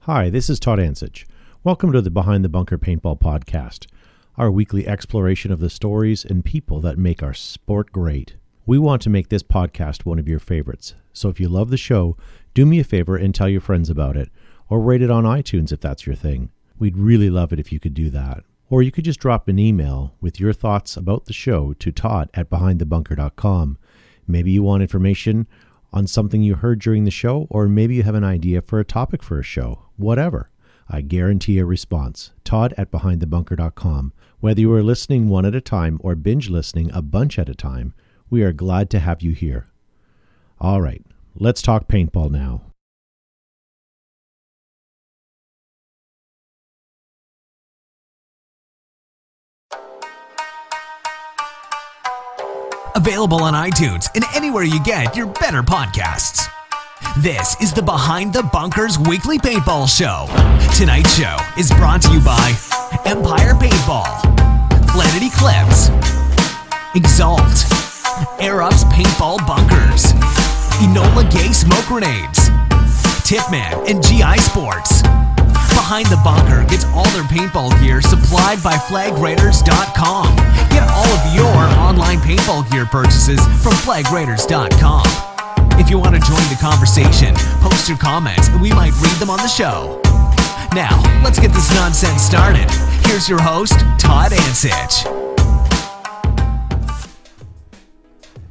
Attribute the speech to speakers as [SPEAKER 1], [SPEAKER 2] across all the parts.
[SPEAKER 1] Hi, this is Todd Ansich. Welcome to the Behind the Bunker Paintball Podcast, our weekly exploration of the stories and people that make our sport great. We want to make this podcast one of your favorites, so if you love the show, do me a favor and tell your friends about it, or rate it on iTunes if that's your thing. We'd really love it if you could do that. Or you could just drop an email with your thoughts about the show to Todd at behindthebunker.com. Maybe you want information on something you heard during the show, or maybe you have an idea for a topic for a show, whatever. I guarantee a response. Todd at behindthebunker.com. Whether you are listening one at a time or binge listening a bunch at a time, we are glad to have you here. All right, let's talk paintball now.
[SPEAKER 2] Available on iTunes and anywhere you get your better podcasts. This is the Behind the Bunkers Weekly Paintball Show. Tonight's show is brought to you by Empire Paintball, Planet Eclipse, Exalt, Air Ups Paintball Bunkers, Enola Gay Smoke Grenades, Tipman, and GI Sports. Behind the Bunker gets all their paintball gear supplied by FlagRaiders.com. Get all of your online paintball gear purchases from FlagRaiders.com. If you want to join the conversation, post your comments and we might read them on the show. Now, let's get this nonsense started. Here's your host, Todd Ansich.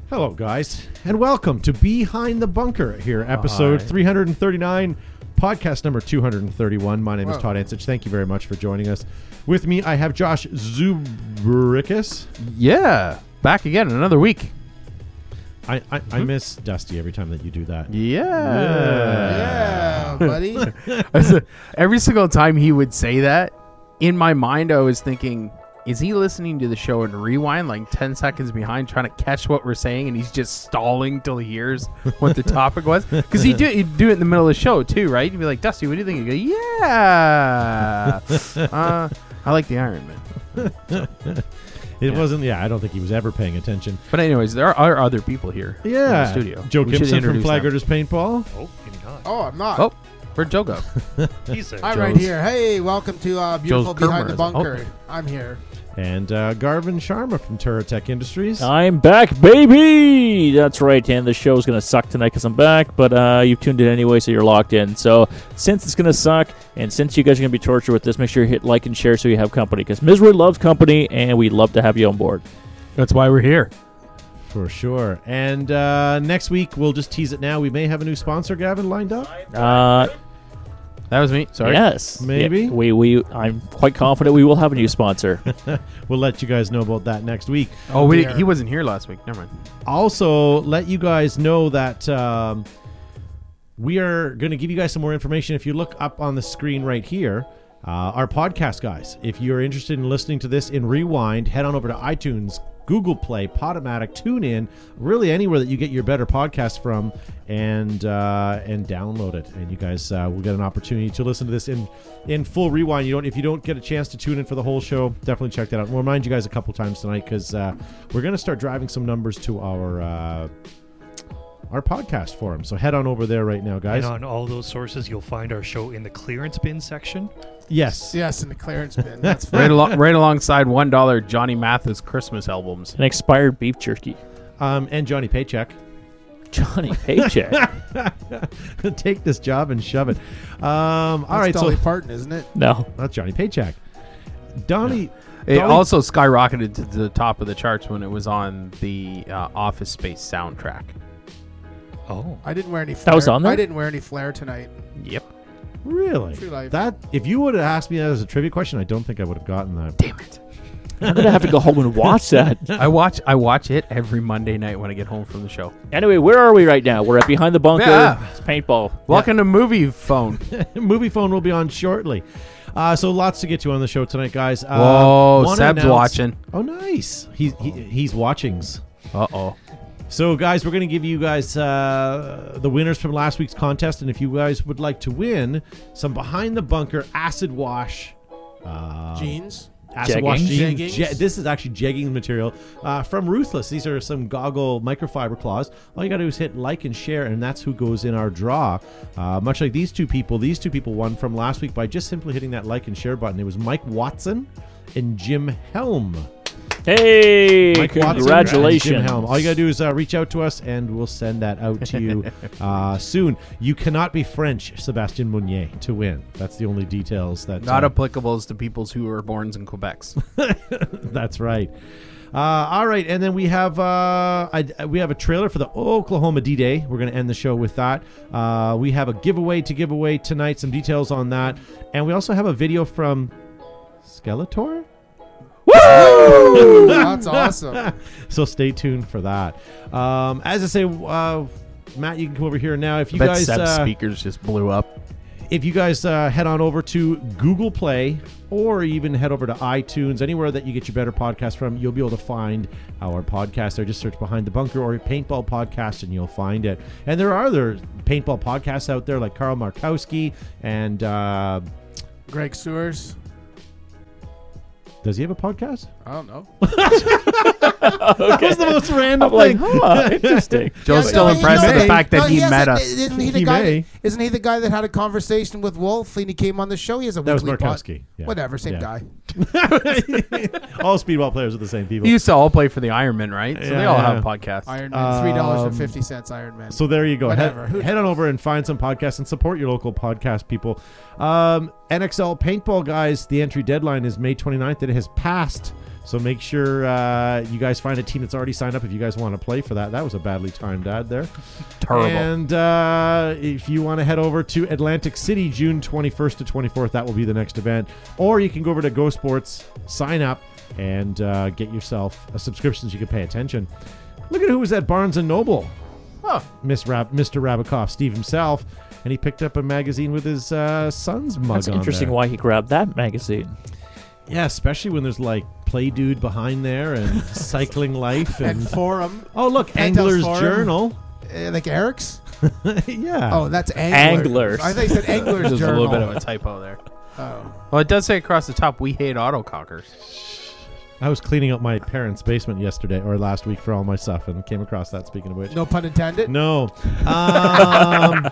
[SPEAKER 1] Hello, guys, and welcome to Behind the Bunker here,
[SPEAKER 3] Oh,
[SPEAKER 1] episode 339, podcast number 231. My name is Todd Ansich. Thank you very much for joining us. With me, I have Josh Zubrickus.
[SPEAKER 3] Yeah, back again in another week.
[SPEAKER 1] I, I, I
[SPEAKER 3] Mm-hmm.
[SPEAKER 1] miss Dusty every time that you do that.
[SPEAKER 3] Yeah.
[SPEAKER 4] Yeah, buddy.
[SPEAKER 3] Every single time he would say that, in my mind, I was thinking, is he listening to the show and rewind like 10 seconds behind trying to catch what we're saying and he's just stalling till he hears what the topic was? Because he'd, do- he'd do it in the middle of the show too, right? He'd be like, Dusty, what do you think? He'd go, yeah. uh, I like the Iron Man.
[SPEAKER 1] It wasn't, yeah, I don't think he was ever paying attention.
[SPEAKER 3] But, anyways, there are other people here in
[SPEAKER 1] Yeah.
[SPEAKER 3] the studio.
[SPEAKER 1] Joe
[SPEAKER 3] We should
[SPEAKER 1] Gibson from
[SPEAKER 3] introduce them.
[SPEAKER 1] Flag Raiders Paintball.
[SPEAKER 5] Oh, maybe not.
[SPEAKER 4] Oh, I'm not.
[SPEAKER 3] Oh, where'd Joe go?
[SPEAKER 5] He's there.
[SPEAKER 4] I'm right
[SPEAKER 3] Joe's-
[SPEAKER 4] here. Hey, welcome to uh, beautiful
[SPEAKER 3] Joe's
[SPEAKER 4] behind
[SPEAKER 3] Kermer
[SPEAKER 4] the
[SPEAKER 3] is- oh.
[SPEAKER 4] bunker. I'm here.
[SPEAKER 1] And uh, Garvin Sharma from Tech Industries.
[SPEAKER 3] Uh.
[SPEAKER 6] I'm back, baby! That's right, and the show's gonna suck tonight because I'm back, but uh, you've tuned in anyway, so you're locked in. So, since it's gonna suck, and since you guys are gonna be tortured with this, make sure you hit like and share so you have company, because Misery loves company, and we love to have you on board.
[SPEAKER 3] That's why we're here.
[SPEAKER 1] For sure. And uh, next week, we'll just tease it now. We may have a new sponsor, Gavin, lined up.
[SPEAKER 6] Uh,
[SPEAKER 3] That was me. Sorry.
[SPEAKER 6] yes.
[SPEAKER 1] Maybe?
[SPEAKER 6] Yeah, we, we, I'm quite confident we will have a new sponsor.
[SPEAKER 1] We'll let you guys know about that next week.
[SPEAKER 3] Oh, we,
[SPEAKER 4] dear.
[SPEAKER 3] he wasn't here last week. Never mind.
[SPEAKER 1] also let you guys know that um, we are going to give you guys some more information. If you look up on the screen right here, uh, our podcast guys, if you're interested in listening to this in rewind, head on over to iTunes, Google Play, Podomatic, TuneIn, really anywhere that you get your better podcast from, and uh, and download it. And you guys uh, will get an opportunity to listen to this in in full rewind. You don't if you don't get a chance to tune in for the whole show, definitely check that out. We'll remind you guys a couple times tonight because uh, we're going to start driving some numbers to our. Uh, our podcast forum. So head on over there right now, guys.
[SPEAKER 5] And on all those sources, you'll find our show in the clearance bin section.
[SPEAKER 1] Yes.
[SPEAKER 4] Yes, in the clearance bin. That's fine.
[SPEAKER 3] Right, along, right alongside one dollar Johnny Mathis Christmas albums.
[SPEAKER 6] An expired beef jerky.
[SPEAKER 1] Um, and Johnny Paycheck.
[SPEAKER 6] Johnny Paycheck.
[SPEAKER 1] Take this job and shove it. Um, all
[SPEAKER 4] That's
[SPEAKER 1] right,
[SPEAKER 4] Dolly
[SPEAKER 1] so
[SPEAKER 4] Parton, isn't it?
[SPEAKER 6] no.
[SPEAKER 1] that's Johnny Paycheck. Donnie.
[SPEAKER 3] It
[SPEAKER 1] Dolly-
[SPEAKER 3] also skyrocketed to the top of the charts when it was on the uh, Office Space soundtrack.
[SPEAKER 5] Oh,
[SPEAKER 4] I didn't wear any. Flare.
[SPEAKER 6] was on there?
[SPEAKER 4] I didn't wear any flair tonight.
[SPEAKER 3] Yep.
[SPEAKER 1] Really?
[SPEAKER 4] True life.
[SPEAKER 1] That if you would have asked me that as a trivia question, I don't think I would have gotten that.
[SPEAKER 3] Damn it.
[SPEAKER 6] I'm gonna have to go home and watch that.
[SPEAKER 3] I watch I watch it every Monday night when I get home from the show.
[SPEAKER 6] Anyway, where are we right now? We're at Behind the Bunker.
[SPEAKER 3] Yeah.
[SPEAKER 6] It's paintball.
[SPEAKER 3] Welcome to Movie Phone.
[SPEAKER 1] Movie phone will be on shortly. Uh, so lots to get to on the show tonight, guys. Uh,
[SPEAKER 3] Whoa,
[SPEAKER 1] wanna
[SPEAKER 3] Seb's watching.
[SPEAKER 1] Oh, nice. He's he, he's watchings.
[SPEAKER 3] Uh oh.
[SPEAKER 1] So, guys, we're going to give you guys uh, the winners from last week's contest. And if you guys would like to win some behind the bunker acid wash uh,
[SPEAKER 4] Jeans.
[SPEAKER 1] Acid wash
[SPEAKER 6] Jeggings?
[SPEAKER 1] jeans. Je- this is actually jegging material uh, from Ruthless. These are some goggle microfiber claws. All you got to do is hit like and share, and that's who goes in our draw. Uh, much like these two people, these two people won from last week by just simply hitting that like and share button. It was Mike Watson and Jim Helm.
[SPEAKER 6] Hey,
[SPEAKER 1] Mike Watson and Jim
[SPEAKER 6] congratulations.
[SPEAKER 1] Helm. All you got to do is uh, reach out to us, and we'll send that out to you uh, soon. You cannot be French, Sebastian Mounier, to win. That's the only details that.
[SPEAKER 3] Not
[SPEAKER 1] uh,
[SPEAKER 3] applicable to peoples who are born in Quebecs.
[SPEAKER 1] That's right. Uh, all right, and then we have uh, I, we have a trailer for the Oklahoma D Day. We're going to end the show with that. Uh, we have a giveaway to give away tonight. Some details on that, and we also have a video from Skeletor.
[SPEAKER 4] Ooh, that's awesome.
[SPEAKER 1] So stay tuned for that. Um, as I say, uh, Matt, you can come over here now. If you
[SPEAKER 3] Bet
[SPEAKER 1] guys
[SPEAKER 3] Seb's
[SPEAKER 1] uh,
[SPEAKER 3] speakers just blew up.
[SPEAKER 1] if you guys uh, head on over to Google Play or even head over to iTunes, anywhere that you get your better podcast from, you'll be able to find our podcast there. Just search Behind the Bunker or Paintball Podcast and you'll find it. And there are other paintball podcasts out there like Carl Markowski and uh,
[SPEAKER 4] Greg Sewers.
[SPEAKER 1] does he have a podcast?
[SPEAKER 4] I don't know.
[SPEAKER 1] That was the most random
[SPEAKER 6] I'm like,
[SPEAKER 1] thing.
[SPEAKER 6] huh, interesting.
[SPEAKER 3] Joe's
[SPEAKER 4] Yeah,
[SPEAKER 3] still
[SPEAKER 4] no,
[SPEAKER 3] impressed
[SPEAKER 4] no,
[SPEAKER 3] at the
[SPEAKER 4] he-
[SPEAKER 3] fact that
[SPEAKER 4] no,
[SPEAKER 3] he,
[SPEAKER 4] has
[SPEAKER 3] met
[SPEAKER 4] a-
[SPEAKER 3] us.
[SPEAKER 4] Isn't he the
[SPEAKER 1] He
[SPEAKER 4] guy?
[SPEAKER 1] may.
[SPEAKER 4] Isn't he the guy that had a conversation with Wolf and he came on the show? He has a
[SPEAKER 1] That was
[SPEAKER 4] weekly pod-
[SPEAKER 1] Markowski, yeah.
[SPEAKER 4] Whatever, same
[SPEAKER 1] Yeah.
[SPEAKER 4] guy.
[SPEAKER 1] All speedball players are the same people.
[SPEAKER 3] He used to all play for the Ironmen, right? So they
[SPEAKER 1] Yeah,
[SPEAKER 3] all
[SPEAKER 1] yeah.
[SPEAKER 3] have podcasts.
[SPEAKER 4] Iron Man, three dollars and fifty cents. Iron Man.
[SPEAKER 1] So there you go. Head,
[SPEAKER 4] Whatever. Who
[SPEAKER 1] head on over and find some podcasts and support your local podcast people. Um, NXL Paintball guys, the entry deadline is May 29th. It has passed. So make sure uh, you guys find a team that's already signed up if you guys want to play for that. That was a badly timed ad there.
[SPEAKER 3] Terrible.
[SPEAKER 1] And uh, if you want to head over to Atlantic City, June 21st to 24th, that will be the next event. Or you can go over to Go Sports, sign up, and uh, get yourself a subscription so you can pay attention. Look at who was at Barnes and Noble.
[SPEAKER 3] Huh.
[SPEAKER 1] Miss Rab- Mr. Rabikoff, Steve himself, and he picked up a magazine with his uh, son's mug
[SPEAKER 6] That's
[SPEAKER 1] on
[SPEAKER 6] interesting
[SPEAKER 1] there.
[SPEAKER 6] why he grabbed that magazine.
[SPEAKER 1] yeah, especially when there's like Play Dude behind there and Cycling Life and,
[SPEAKER 4] and forum,
[SPEAKER 1] oh look,
[SPEAKER 4] Penthouse
[SPEAKER 1] Angler's
[SPEAKER 4] Forum.
[SPEAKER 1] Journal.
[SPEAKER 4] uh, like Eric's.
[SPEAKER 1] yeah.
[SPEAKER 3] Ah.
[SPEAKER 4] Oh, that's Anglers.
[SPEAKER 6] Anglers.
[SPEAKER 4] I think you said Anglers
[SPEAKER 3] There's a
[SPEAKER 4] Journal.
[SPEAKER 3] little bit of a typo there.
[SPEAKER 4] Oh.
[SPEAKER 3] Well, it does say across the top, we hate autocockers.
[SPEAKER 1] I was cleaning up my parents' basement yesterday or last week for all my stuff and came across that. Speaking of which,
[SPEAKER 4] No pun intended.
[SPEAKER 1] no. Um,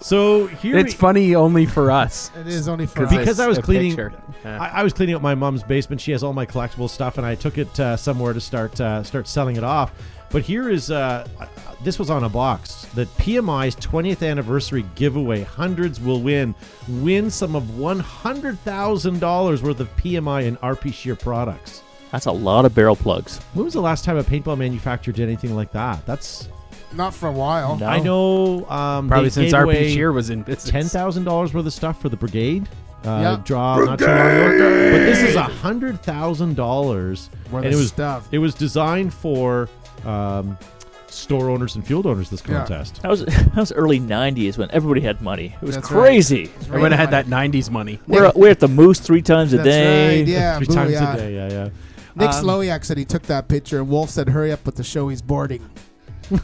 [SPEAKER 1] so here
[SPEAKER 3] It's
[SPEAKER 1] we-
[SPEAKER 3] funny only for us.
[SPEAKER 4] It is only for
[SPEAKER 1] Because
[SPEAKER 4] us.
[SPEAKER 1] I was
[SPEAKER 3] A
[SPEAKER 1] cleaning-
[SPEAKER 3] picture. Yeah.
[SPEAKER 1] I, I was cleaning up my mom's basement. She has all my collectible stuff, and I took it uh, somewhere to start uh, start selling it off. But here is uh, uh, this was on a box. The PMI's 20th anniversary giveaway. Hundreds will win. Win some of $100,000 worth of PMI and RP Shear products.
[SPEAKER 6] That's a lot of barrel plugs.
[SPEAKER 1] When was the last time a paintball manufacturer did anything like that? That's
[SPEAKER 4] Not for a while.
[SPEAKER 6] No.
[SPEAKER 1] I know. Um,
[SPEAKER 3] Oh. Probably
[SPEAKER 1] they
[SPEAKER 3] since
[SPEAKER 1] gave away
[SPEAKER 3] RP Shear was in business.
[SPEAKER 1] ten thousand dollars worth of stuff for the brigade. Uh,
[SPEAKER 4] Yeah.
[SPEAKER 1] draw not too long ago. but this is a hundred thousand dollars
[SPEAKER 4] Worth
[SPEAKER 1] and it
[SPEAKER 4] of
[SPEAKER 1] was
[SPEAKER 4] stuff.
[SPEAKER 1] it was designed for um, store owners and field owners this
[SPEAKER 4] Yeah.
[SPEAKER 1] contest
[SPEAKER 6] That was that was early '90s when everybody had money. It was
[SPEAKER 4] That's right.
[SPEAKER 6] crazy.
[SPEAKER 4] It's
[SPEAKER 3] I would have had
[SPEAKER 4] right
[SPEAKER 3] that 90s money.
[SPEAKER 6] We're, we're at the Moose three times a
[SPEAKER 4] That's
[SPEAKER 6] day.
[SPEAKER 4] right, yeah,
[SPEAKER 1] three
[SPEAKER 4] boo,
[SPEAKER 1] times
[SPEAKER 4] yeah.
[SPEAKER 1] a day yeah yeah
[SPEAKER 4] Nick
[SPEAKER 1] Um,
[SPEAKER 4] Slowiak said he took that picture, and Wolf said, "Hurry up with the show. He's boarding."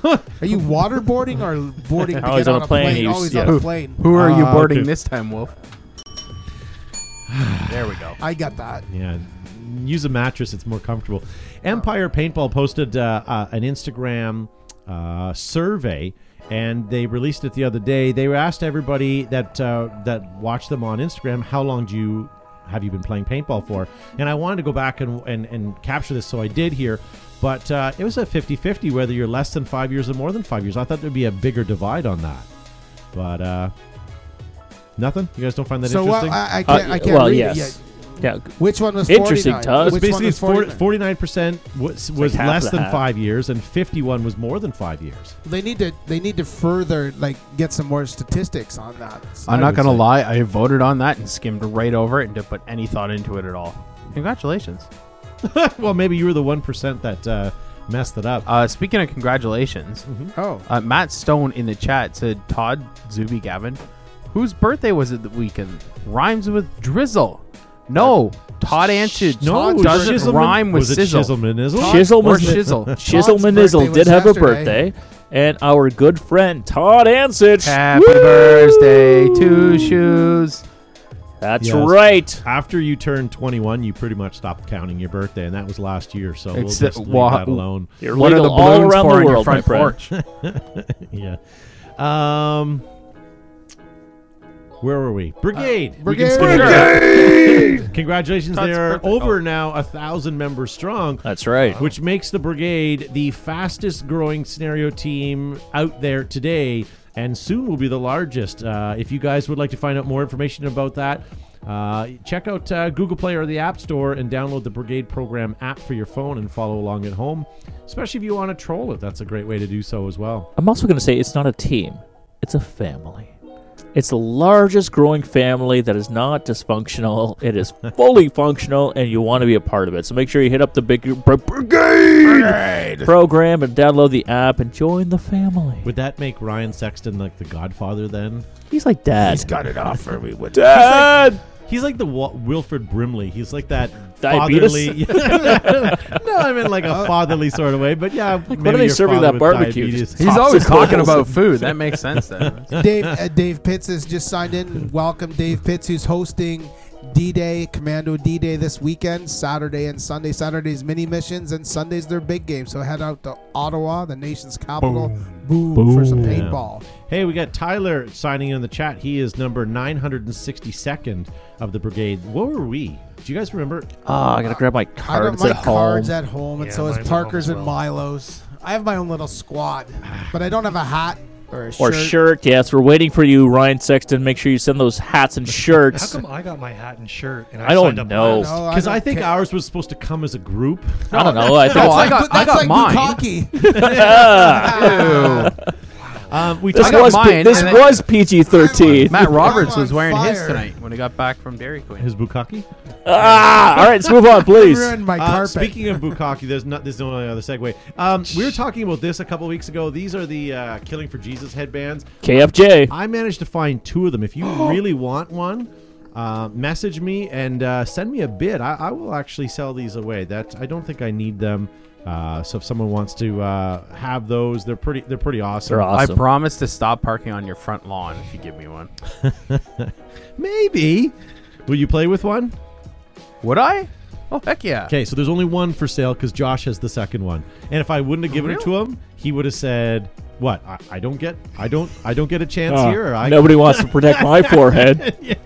[SPEAKER 4] Are you waterboarding or boarding to
[SPEAKER 6] Oh,
[SPEAKER 4] get
[SPEAKER 6] he's
[SPEAKER 4] on, a plane?
[SPEAKER 6] he
[SPEAKER 4] Oh,
[SPEAKER 6] was-
[SPEAKER 4] he's on
[SPEAKER 6] yeah.
[SPEAKER 4] a plane.
[SPEAKER 3] Who are you
[SPEAKER 1] Ah,
[SPEAKER 3] boarding
[SPEAKER 1] okay.
[SPEAKER 3] this time, Wolf? there we go.
[SPEAKER 4] I got that.
[SPEAKER 1] Yeah, use a mattress; it's more comfortable. Empire Paintball posted uh, uh, an Instagram uh, survey, and they released it the other day. They asked everybody that uh, that watched them on Instagram, "How long do you have you been playing paintball for?" And I wanted to go back and and, and capture this, so I did here. But uh, it was a 50-50 whether you're less than five years or more than five years. I thought there'd be a bigger divide on that, but uh, nothing. You guys don't find that
[SPEAKER 4] so what?
[SPEAKER 1] interesting?
[SPEAKER 4] I, I can't.
[SPEAKER 6] Uh,
[SPEAKER 4] I can't
[SPEAKER 6] well,
[SPEAKER 4] read
[SPEAKER 6] yes.
[SPEAKER 4] it yet.
[SPEAKER 6] Yeah,
[SPEAKER 4] Which one was
[SPEAKER 6] Interesting,
[SPEAKER 4] 49?
[SPEAKER 6] Todd.
[SPEAKER 4] Which
[SPEAKER 1] It's
[SPEAKER 4] one
[SPEAKER 1] basically
[SPEAKER 4] was
[SPEAKER 1] it's 40,
[SPEAKER 4] 49?
[SPEAKER 1] 49% was, was
[SPEAKER 6] half
[SPEAKER 1] less
[SPEAKER 6] the
[SPEAKER 1] than
[SPEAKER 6] half.
[SPEAKER 1] five years and 51 was more than five years
[SPEAKER 4] They need to. They need to further like get some more statistics on that.
[SPEAKER 1] I
[SPEAKER 3] I'm not
[SPEAKER 1] would
[SPEAKER 3] going to
[SPEAKER 1] say.
[SPEAKER 3] lie. I voted on that and skimmed right over it and didn't put any thought into it at all. Congratulations.
[SPEAKER 1] well maybe you were the 1% that uh, messed it up
[SPEAKER 3] Uh, speaking of congratulations,
[SPEAKER 4] Oh,
[SPEAKER 3] uh, Matt Stone in the chat said Todd Zuby Gavin, whose birthday was it the weekend? Rhymes with drizzle. No, Todd answered.
[SPEAKER 1] Uh, no
[SPEAKER 3] Todd doesn't
[SPEAKER 1] Chiselman-
[SPEAKER 3] rhyme with
[SPEAKER 1] was it
[SPEAKER 3] sizzle.
[SPEAKER 1] Chiselman Izzle?
[SPEAKER 6] Todd- Shizzle
[SPEAKER 3] or
[SPEAKER 6] was-
[SPEAKER 3] shizzle.
[SPEAKER 6] Chisel
[SPEAKER 4] Todd's birthday
[SPEAKER 6] Manizzle
[SPEAKER 4] was
[SPEAKER 6] did have a
[SPEAKER 4] yesterday.
[SPEAKER 6] birthday, and our good friend Todd Ansich.
[SPEAKER 3] Happy
[SPEAKER 6] Woo!
[SPEAKER 3] birthday, two shoes.
[SPEAKER 6] That's
[SPEAKER 1] Yes.
[SPEAKER 6] right.
[SPEAKER 1] After you turn 21, you pretty much stopped counting your birthday, and that was last year. So we'll
[SPEAKER 3] It's
[SPEAKER 1] just
[SPEAKER 3] the-
[SPEAKER 1] leave
[SPEAKER 3] wha-
[SPEAKER 1] that alone.
[SPEAKER 6] You're
[SPEAKER 3] What are
[SPEAKER 6] legal
[SPEAKER 3] the
[SPEAKER 6] all
[SPEAKER 3] balloons
[SPEAKER 6] around
[SPEAKER 3] for
[SPEAKER 6] the
[SPEAKER 3] on your
[SPEAKER 6] world, my
[SPEAKER 3] front
[SPEAKER 6] friend.
[SPEAKER 3] porch?
[SPEAKER 1] Yeah. Um, where were we? Brigade.
[SPEAKER 3] Uh,
[SPEAKER 4] We can skip
[SPEAKER 1] Brigade!
[SPEAKER 4] it.
[SPEAKER 1] Congratulations, they
[SPEAKER 3] That's
[SPEAKER 1] are
[SPEAKER 3] perfect.
[SPEAKER 1] over now a thousand members strong,
[SPEAKER 6] That's right.
[SPEAKER 1] which makes the brigade the fastest growing scenario team out there today, and soon will be the largest. Uh, if you guys would like to find out more information about that. Uh, check out uh, Google Play or the App Store and download the Brigade Program app for your phone and follow along at home. Especially if you want to troll it, that's a great way to do so as well.
[SPEAKER 6] I'm also going to say it's not a team, it's a family. It's the largest growing family that is not dysfunctional. It is fully functional, and you want to be a part of it. So make sure you hit up the big br- brigade, program and download the app and join the family.
[SPEAKER 1] Would that make Ryan Sexton like the Godfather then?
[SPEAKER 6] He's like dad. He's
[SPEAKER 4] Got it off for me. What?
[SPEAKER 6] dad.
[SPEAKER 1] He's like the Wa- Wilfred Brimley. He's like that fatherly.
[SPEAKER 6] Diabetes?
[SPEAKER 1] no, I meant like
[SPEAKER 4] Uh,
[SPEAKER 1] a fatherly sort of way. But yeah, like
[SPEAKER 6] are they serving that barbecue?
[SPEAKER 3] He's
[SPEAKER 6] Popsicles
[SPEAKER 3] always talking
[SPEAKER 6] and-
[SPEAKER 3] about food. That makes sense then.
[SPEAKER 4] Dave uh, Dave Pitts has just signed in. Welcome, Dave Pitts, who's hosting D Day Commando D Day this weekend, Saturday and Sunday. Saturday's mini missions and Sunday's their big game. So head out to Ottawa, the nation's capital, boom, for some
[SPEAKER 1] Boom.
[SPEAKER 4] paintball.
[SPEAKER 1] Hey, we got Tyler signing in the chat. He is number 962nd of the brigade. What were we? Do you guys remember?
[SPEAKER 6] Ah, I gotta grab my
[SPEAKER 4] I don't
[SPEAKER 6] cards
[SPEAKER 4] like
[SPEAKER 6] at home.
[SPEAKER 4] cards at home, and
[SPEAKER 5] Yeah,
[SPEAKER 4] so
[SPEAKER 5] mine's at
[SPEAKER 4] is
[SPEAKER 5] home
[SPEAKER 4] Parker's
[SPEAKER 5] as
[SPEAKER 4] and
[SPEAKER 5] well.
[SPEAKER 4] Milo's. I have my own little squad, but I don't have a hat or a
[SPEAKER 6] or
[SPEAKER 4] shirt.
[SPEAKER 6] shirt. Yes, we're waiting for you, Ryan Sexton. Make sure you send those hats and
[SPEAKER 5] How
[SPEAKER 6] shirts.
[SPEAKER 5] come I got my hat and shirt and I,
[SPEAKER 6] I don't
[SPEAKER 5] signed up
[SPEAKER 6] know.
[SPEAKER 5] last?
[SPEAKER 4] No,
[SPEAKER 1] Because I,
[SPEAKER 4] Oh, don't
[SPEAKER 1] think
[SPEAKER 4] care.
[SPEAKER 1] ours was supposed to come as a group.
[SPEAKER 6] I don't know. I think
[SPEAKER 3] No,
[SPEAKER 6] it's-
[SPEAKER 3] I got-
[SPEAKER 4] that's
[SPEAKER 3] I got
[SPEAKER 4] like
[SPEAKER 3] mine.
[SPEAKER 4] Bukkake.
[SPEAKER 1] Um, we
[SPEAKER 6] this
[SPEAKER 1] talked-
[SPEAKER 3] got
[SPEAKER 6] was P-
[SPEAKER 3] mine,
[SPEAKER 6] this
[SPEAKER 3] and then-
[SPEAKER 6] was PG thirteen.
[SPEAKER 3] Matt Roberts
[SPEAKER 4] I'm
[SPEAKER 3] was
[SPEAKER 4] on
[SPEAKER 3] wearing his
[SPEAKER 4] fire.
[SPEAKER 3] tonight when he got back from Dairy Queen.
[SPEAKER 1] his bukkake.
[SPEAKER 6] Ah, all right, let's move on, please.
[SPEAKER 4] ruined my
[SPEAKER 1] Uh,
[SPEAKER 4] carpet.
[SPEAKER 1] speaking of bukkake, there's not there's no other segue. Um, we were talking about this a couple weeks ago. These are the uh, Killing for Jesus headbands.
[SPEAKER 6] KFJ.
[SPEAKER 1] I managed to find two of them. If you really want one, uh, message me and uh, send me a bid. I, I will actually sell these away. That I don't think I need them. Uh, so if someone wants to uh, have those, they're pretty. They're pretty awesome.
[SPEAKER 6] They're
[SPEAKER 3] I
[SPEAKER 6] awesome.
[SPEAKER 3] promise to stop parking on your front lawn if you give me one.
[SPEAKER 1] Maybe. Will you play with one?
[SPEAKER 3] Would I? Oh heck yeah!
[SPEAKER 1] Okay, so there's only one for sale because Josh has the second one. And if I wouldn't have given it to him, he would have said, "What? I, I don't get. I don't. I don't get a chance
[SPEAKER 6] Ah,
[SPEAKER 1] here." Or I,
[SPEAKER 6] nobody wants to protect my forehead.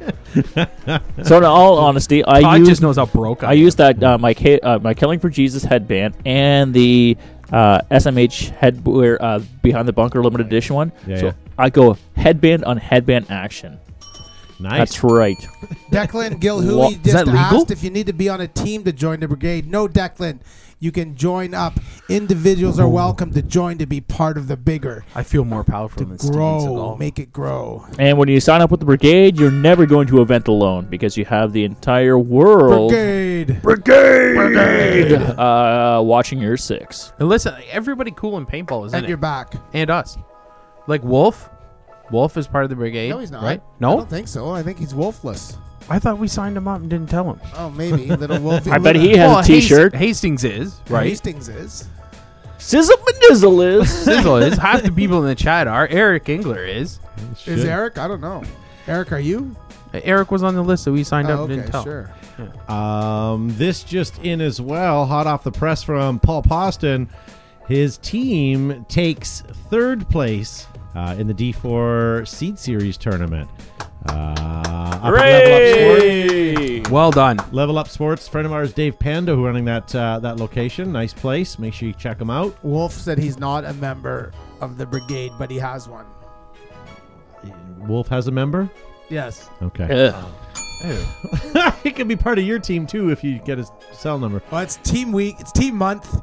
[SPEAKER 6] so, in all honesty, I
[SPEAKER 3] Todd
[SPEAKER 6] use
[SPEAKER 3] just knows how broke I,
[SPEAKER 6] I used that uh, my K, uh, my Killing for Jesus headband and the uh, SMH headwear uh, behind the bunker limited edition one.
[SPEAKER 1] Yeah,
[SPEAKER 6] so
[SPEAKER 1] yeah.
[SPEAKER 6] I go headband on headband action.
[SPEAKER 1] nice.
[SPEAKER 6] That's right.
[SPEAKER 4] Declan
[SPEAKER 6] What-
[SPEAKER 4] Gilhooly
[SPEAKER 6] is
[SPEAKER 4] just
[SPEAKER 3] that legal?
[SPEAKER 4] asked if you need to be on a team to join the brigade. No, Declan, you can join up. Individuals are welcome to join to be part of the bigger.
[SPEAKER 3] I feel more powerful than Steven
[SPEAKER 4] Grow,
[SPEAKER 3] Seagal.
[SPEAKER 4] make it grow.
[SPEAKER 6] And when you sign up with the brigade, you're never going to event alone because you have the entire world
[SPEAKER 4] Brigade.
[SPEAKER 6] uh, watching your six.
[SPEAKER 3] And listen, everybody cool in paintball, isn't
[SPEAKER 4] And
[SPEAKER 3] it?
[SPEAKER 4] you're back.
[SPEAKER 3] and us. Like Wolf, Wolf is part of the brigade.
[SPEAKER 4] No, he's not.
[SPEAKER 3] Right?
[SPEAKER 4] I
[SPEAKER 3] No,
[SPEAKER 4] don't think so. I think he's wolfless.
[SPEAKER 3] I thought we signed him up and didn't tell him.
[SPEAKER 4] Oh, maybe. Little wolf.
[SPEAKER 6] I bet he has
[SPEAKER 3] Well,
[SPEAKER 6] a
[SPEAKER 3] Hast-
[SPEAKER 6] T-shirt.
[SPEAKER 3] Hastings is right.
[SPEAKER 4] Hastings is.
[SPEAKER 6] Sizzle manizzle is.
[SPEAKER 3] Sizzle is. Half the people in the chat are. Eric Engler is.
[SPEAKER 4] Is Eric? I don't know. Eric, are you?
[SPEAKER 3] Uh, Eric was on the list, so we signed up
[SPEAKER 4] Oh,
[SPEAKER 3] and
[SPEAKER 4] okay,
[SPEAKER 3] didn't tell.
[SPEAKER 4] sure.
[SPEAKER 1] Um, this just in as well, hot off the press from Paul Poston. His team takes third place uh, in the D4 Seed Series tournament. Uh, up at Level Up Sports.
[SPEAKER 6] Hooray!
[SPEAKER 3] Well done.
[SPEAKER 1] Level Up Sports, friend of ours, Dave Panda, who running that uh, that location. Nice place. Make sure you check him out.
[SPEAKER 4] Wolf said he's not a member of the brigade, but he has one.
[SPEAKER 1] Wolf has a member.
[SPEAKER 4] Yes.
[SPEAKER 1] Okay,
[SPEAKER 6] Ugh.
[SPEAKER 1] he could be part of your team too if you get his cell number.
[SPEAKER 4] Well, it's team week. It's team month.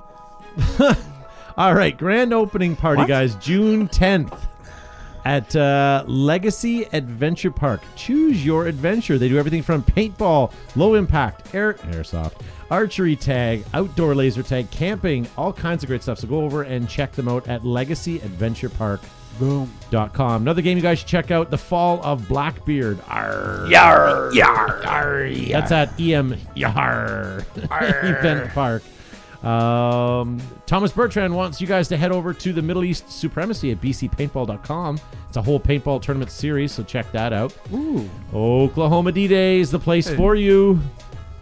[SPEAKER 1] All right, grand opening party, guys, June 10th at uh, Legacy Adventure Park. Choose your adventure. They do everything from paintball, low impact, air airsoft, archery tag, outdoor laser tag, camping, all kinds of great stuff. So go over and check them out at legacyadventurepark.com.
[SPEAKER 4] Boom.
[SPEAKER 1] Another game you guys should check out: The Fall of Blackbeard. Arr.
[SPEAKER 6] Yarr.
[SPEAKER 1] That's at EM Yar Event Park. Um, Thomas Bertrand wants you guys to head over to the Middle East Supremacy at bcpaintball.com. It's a whole paintball tournament series, so check that out.
[SPEAKER 3] Ooh.
[SPEAKER 1] Oklahoma D Day is the place for you.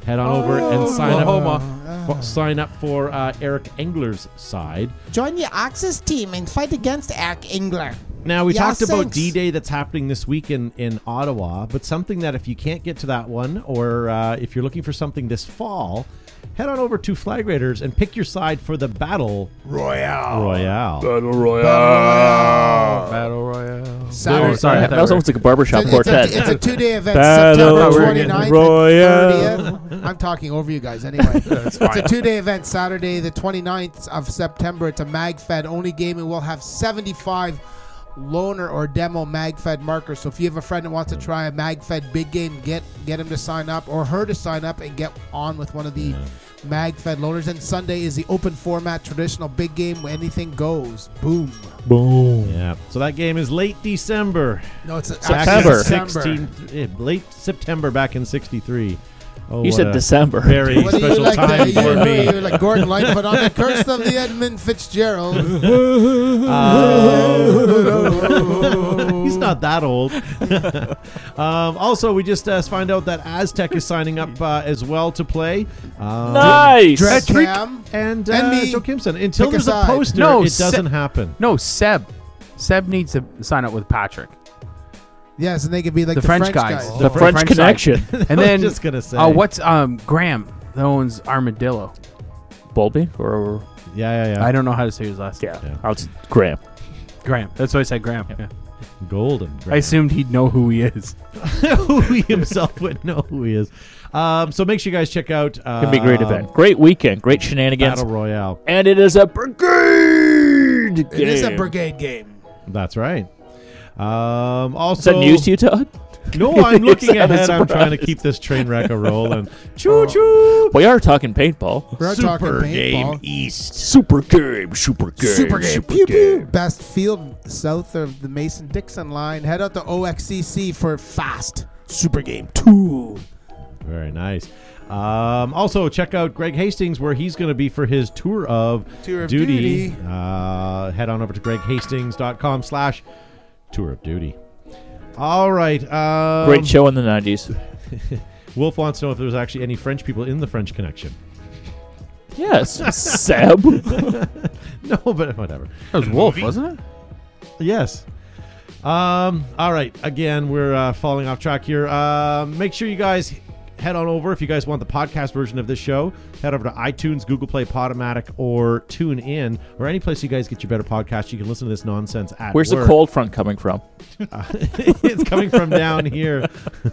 [SPEAKER 1] Head on over and sign up. f- sign up for uh, Eric Engler's side.
[SPEAKER 7] Join the Oxus team and fight against Eric Engler.
[SPEAKER 1] Now we
[SPEAKER 7] Yeah,
[SPEAKER 1] talked about
[SPEAKER 7] thanks.
[SPEAKER 1] D Day that's happening this week in, in Ottawa, but something that if you can't get to that one, or uh, if you're looking for something this fall, head on over to Flag Raiders and pick your side for the Battle Royale. Royale.
[SPEAKER 3] Battle Royale.
[SPEAKER 4] Saturday.
[SPEAKER 1] sorry,
[SPEAKER 3] I
[SPEAKER 6] That was almost like a barbershop
[SPEAKER 4] It's a-
[SPEAKER 6] quartet.
[SPEAKER 4] It's a, two-day event,
[SPEAKER 6] Battle
[SPEAKER 4] September 29th
[SPEAKER 6] Royale.
[SPEAKER 4] and 30th. I'm talking over you guys anyway. It's a two-day event, Saturday the 29th of September. It's a MagFed only game, and we'll have 75 loaner or demo MagFed markers. So if you have a friend that wants to try a MagFed big game, get get him to sign up or her to sign up and get on with one of the MagFed loaners. And Sunday is the open format traditional big game. where Anything goes. Boom.
[SPEAKER 6] Boom.
[SPEAKER 1] Yeah. So that game is late December.
[SPEAKER 4] No, it's a-
[SPEAKER 1] Back
[SPEAKER 6] September.
[SPEAKER 1] in 16 eh, late September back in 63. Oh,
[SPEAKER 6] You
[SPEAKER 1] what
[SPEAKER 6] said
[SPEAKER 1] a
[SPEAKER 6] December.
[SPEAKER 1] Very
[SPEAKER 4] What do you
[SPEAKER 1] special
[SPEAKER 4] like
[SPEAKER 1] time
[SPEAKER 4] to,
[SPEAKER 1] for
[SPEAKER 4] you,
[SPEAKER 1] me.
[SPEAKER 4] you like Gordon Lightfoot on the curse of the Edmund Fitzgerald.
[SPEAKER 1] Uh, He's not that old. um, also, we just uh, find out that Aztec is signing up uh, as well to play. Um,
[SPEAKER 6] Nice.
[SPEAKER 4] Dress
[SPEAKER 1] Patrick
[SPEAKER 4] Cam.
[SPEAKER 1] and, uh,
[SPEAKER 4] And me.
[SPEAKER 1] Joe Kimson. Until
[SPEAKER 4] Pick a
[SPEAKER 1] there's a
[SPEAKER 4] side.
[SPEAKER 1] poster,
[SPEAKER 3] No,
[SPEAKER 1] it
[SPEAKER 3] se-
[SPEAKER 1] doesn't happen.
[SPEAKER 3] No, Seb. Seb needs to sign up with Patrick.
[SPEAKER 4] Yes, and they could be like
[SPEAKER 3] the,
[SPEAKER 4] the,
[SPEAKER 3] French, guys.
[SPEAKER 4] guys.
[SPEAKER 6] The French
[SPEAKER 3] side.
[SPEAKER 6] connection.
[SPEAKER 3] and
[SPEAKER 1] I was
[SPEAKER 3] then
[SPEAKER 1] just gonna say.
[SPEAKER 3] uh, what's um Graham that owns Armadillo?
[SPEAKER 6] Bulby or
[SPEAKER 1] Yeah, yeah, yeah.
[SPEAKER 3] I don't know how to say his last name.
[SPEAKER 6] yeah, I'll just Graham.
[SPEAKER 3] Graham. That's why I said Graham. Yeah.
[SPEAKER 1] Golden.
[SPEAKER 3] I assumed he'd know who he is.
[SPEAKER 1] who he himself would know who he is. Um, so make sure you guys check out. Uh,
[SPEAKER 6] Gonna be a great event. Um, Great weekend. Great shenanigans.
[SPEAKER 1] Battle Royale.
[SPEAKER 6] and it is a brigade. Game.
[SPEAKER 4] It is a brigade game.
[SPEAKER 1] That's right. Um, also,
[SPEAKER 6] Is that news to you, Todd?
[SPEAKER 1] No, I'm looking
[SPEAKER 6] Is that a
[SPEAKER 1] ahead. I'm trying to
[SPEAKER 6] surprise?
[SPEAKER 1] keep this train wreck a Oh, rolling. Choo choo.
[SPEAKER 6] We are talking paintball.
[SPEAKER 4] We're not talking paintball.
[SPEAKER 1] East.
[SPEAKER 6] Super game. Super game.
[SPEAKER 4] Super game. Pew, pew. Best field south of the Mason Dixon line. Head out to OXCC for fast Super Game 2.
[SPEAKER 1] Very nice. Um, also, check out Greg Hastings where he's going to be for his tour of
[SPEAKER 4] Tour of
[SPEAKER 1] duty.
[SPEAKER 4] duty.
[SPEAKER 1] Uh, head on over to greghastings.com slash tour of duty. All right. Um,
[SPEAKER 6] Great show in the '90s.
[SPEAKER 1] Wolf wants to know if there's actually any French people in the French connection.
[SPEAKER 6] Yes, Seb.
[SPEAKER 1] No, but whatever.
[SPEAKER 3] That was Wolf, wasn't it?
[SPEAKER 1] Yes. Um, all right. Again, we're uh, falling off track here. Uh, make sure you guys head on over if you guys want the podcast version of this show. Head over to iTunes, Google Play, Podomatic, or Tune In, or any place you guys get your better podcast. You can listen to this nonsense at
[SPEAKER 6] Where's the
[SPEAKER 1] work.
[SPEAKER 6] cold front coming from?
[SPEAKER 1] it's coming from down here.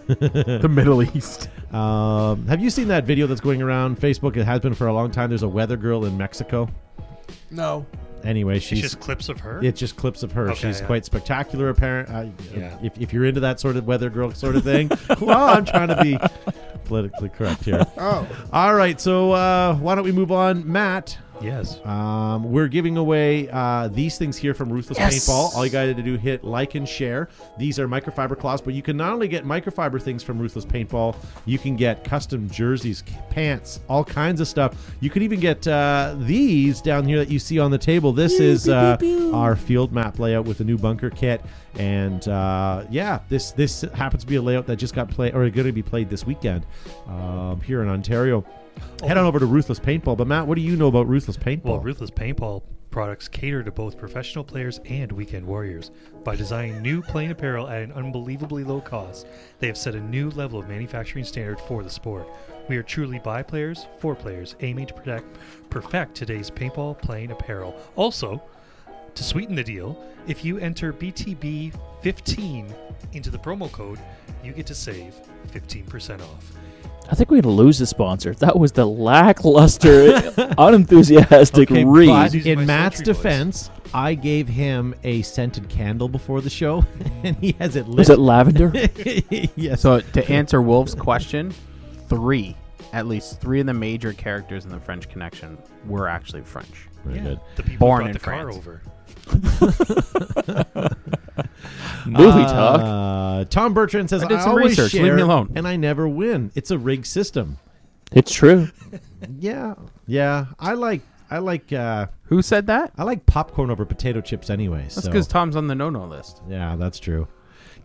[SPEAKER 3] The Middle East.
[SPEAKER 1] Um, have you seen that video that's going around Facebook? It has been for a long time. There's a weather girl in Mexico.
[SPEAKER 4] No.
[SPEAKER 1] Anyway,
[SPEAKER 5] It's
[SPEAKER 1] she's
[SPEAKER 5] just clips of her.
[SPEAKER 1] It's just clips of her.
[SPEAKER 5] Okay,
[SPEAKER 1] She's
[SPEAKER 5] yeah.
[SPEAKER 1] quite spectacular, apparent. Uh,
[SPEAKER 5] Yeah.
[SPEAKER 1] if, if you're into that sort of weather girl sort of thing, well, I'm trying to be politically correct here.
[SPEAKER 4] Oh.
[SPEAKER 1] All right, so uh, why don't we move on, Matt?
[SPEAKER 5] yes.
[SPEAKER 1] Um, we're giving away uh, these things here from Ruthless Paintball. All you got to do hit like and share. These are microfiber cloths, but you can not only get microfiber things from Ruthless Paintball, you can get custom jerseys, c- pants, all kinds of stuff. You can even get uh, these down here that you see on the table. This is uh, our field map layout with a new bunker kit, and uh, yeah, this this happens to be a layout that just got played or going to be played this weekend um, here in Ontario. Head on over to Ruthless Paintball. But Matt, what do you know about Ruthless Paintball?
[SPEAKER 5] Well, Ruthless Paintball products cater to both professional players and weekend warriors. By designing new plain apparel at an unbelievably low cost, they have set a new level of manufacturing standard for the sport. We are truly by players, for players, aiming to protect, perfect today's paintball playing apparel. Also, to sweeten the deal, if you enter BTB15 into the promo code, you get to save 15% off.
[SPEAKER 6] I think we're gonna lose the sponsor. That was the lackluster, unenthusiastic
[SPEAKER 1] Okay,
[SPEAKER 6] read.
[SPEAKER 1] but
[SPEAKER 5] Using
[SPEAKER 1] in
[SPEAKER 5] my
[SPEAKER 1] Matt's
[SPEAKER 5] sultry voice.
[SPEAKER 1] defense, I gave him a scented candle before the show, and he has it lit.
[SPEAKER 6] was it lavender?
[SPEAKER 1] yes.
[SPEAKER 3] So to answer Wolf's question, three, at least three of the major characters in the French Connection were actually French.
[SPEAKER 1] Very good.
[SPEAKER 5] The people who
[SPEAKER 3] Born
[SPEAKER 5] brought
[SPEAKER 3] in
[SPEAKER 5] the car
[SPEAKER 3] France.
[SPEAKER 5] over.
[SPEAKER 6] Movie talk.
[SPEAKER 1] Uh, Tom Bertrand says,
[SPEAKER 3] I did some
[SPEAKER 1] always
[SPEAKER 3] research. Leave
[SPEAKER 1] share
[SPEAKER 3] me alone."
[SPEAKER 1] and I never win. It's a rigged system.
[SPEAKER 6] It's true.
[SPEAKER 1] Yeah, yeah. I like I like uh,
[SPEAKER 3] Who said that?
[SPEAKER 1] I like popcorn over potato chips anyway.
[SPEAKER 3] That's
[SPEAKER 1] so
[SPEAKER 3] because Tom's on the no-no list.
[SPEAKER 1] yeah, that's true.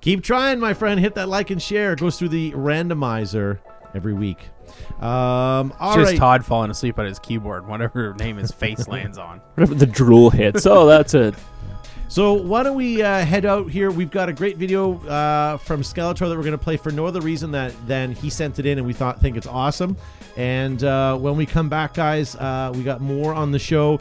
[SPEAKER 1] Keep trying, my friend. Hit that like and share. It goes through the randomizer every week. Um, all
[SPEAKER 3] It's just
[SPEAKER 1] right.
[SPEAKER 3] Todd falling asleep on his keyboard, whatever name his face lands on.
[SPEAKER 6] Whatever the drool hits. Oh, that's it.
[SPEAKER 1] So why don't we uh, head out here? We've got a great video uh, from Skeletor that we're going to play for no other reason that than he sent it in, and we thought think it's awesome. And uh, when we come back, guys, uh, we got more on the show.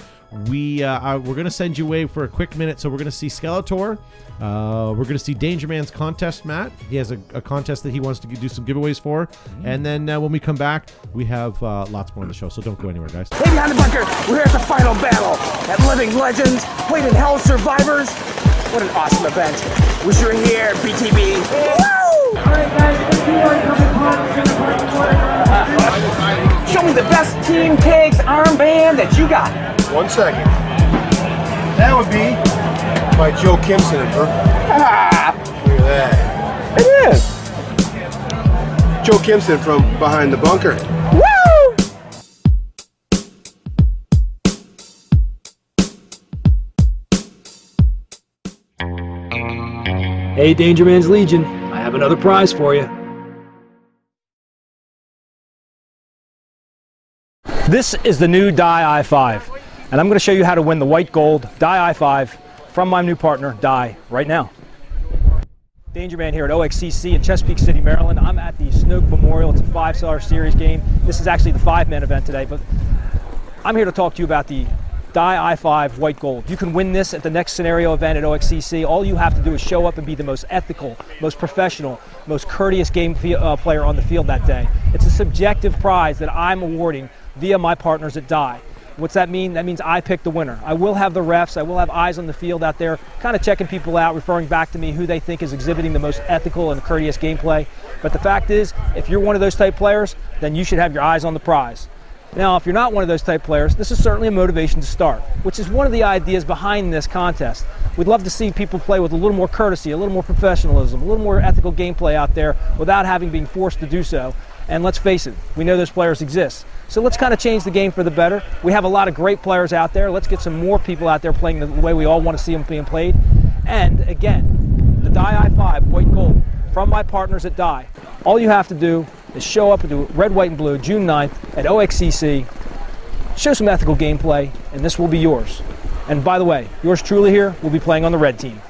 [SPEAKER 1] We uh, are, we're going to send you away for a quick minute. So we're going to see Skeletor. Uh, we're going to see Danger Man's contest, Matt. He has a, a contest that he wants to do some giveaways for. And then uh, when we come back, we have uh, lots more on the show. So don't go anywhere, guys.
[SPEAKER 8] Hey, Behind the Bunker, we're here at the final battle at Living Legends, Played in Hell Survivors. What an awesome event. Wish you were here, BTB. Woo! Show me the best Team Pigs armband that you got.
[SPEAKER 9] One second. That would be my Joe Kim signature. Look at that.
[SPEAKER 8] It is.
[SPEAKER 9] Joe Kimson from Behind the Bunker.
[SPEAKER 8] Woo!
[SPEAKER 10] Hey, Danger Man's Legion, I have another prize for you. This is the new Die i5, and I'm going to show you how to win the white gold Die i5 from my new partner, Die, right now. Danger Man here at OXCC in Chesapeake City, Maryland. I'm at the Snoke Memorial. It's a five star series game. This is actually the five man event today, but I'm here to talk to you about the Die i5 White Gold. You can win this at the next scenario event at OXCC. All you have to do is show up and be the most ethical, most professional, most courteous game fe- uh, player on the field that day. It's a subjective prize that I'm awarding via my partners at Die. What's that mean? That means I pick the winner. I will have the refs, I will have eyes on the field out there, kind of checking people out, referring back to me who they think is exhibiting the most ethical and courteous gameplay. But the fact is, if you're one of those type players, then you should have your eyes on the prize. Now, if you're not one of those type players, this is certainly a motivation to start, which is one of the ideas behind this contest. We'd love to see people play with a little more courtesy, a little more professionalism, a little more ethical gameplay out there without having been forced to do so. And let's face it, we know those players exist. So let's kind of change the game for the better. We have a lot of great players out there. Let's get some more people out there playing the way we all want to see them being played. And again, the Die I5 white gold from my partners at Die. All you have to do is show up to Red, White, and Blue June 9th at OXCC. Show some ethical gameplay, and this will be yours. And by the way, yours truly here will be playing on the red team.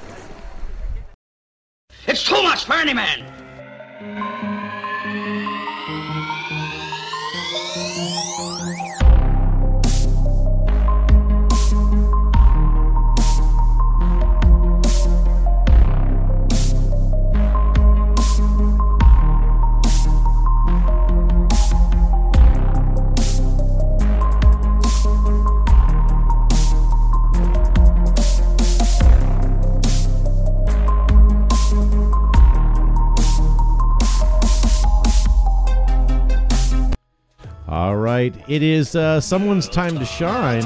[SPEAKER 8] It's too much for any man.
[SPEAKER 1] All right, it is uh, someone's time to shine.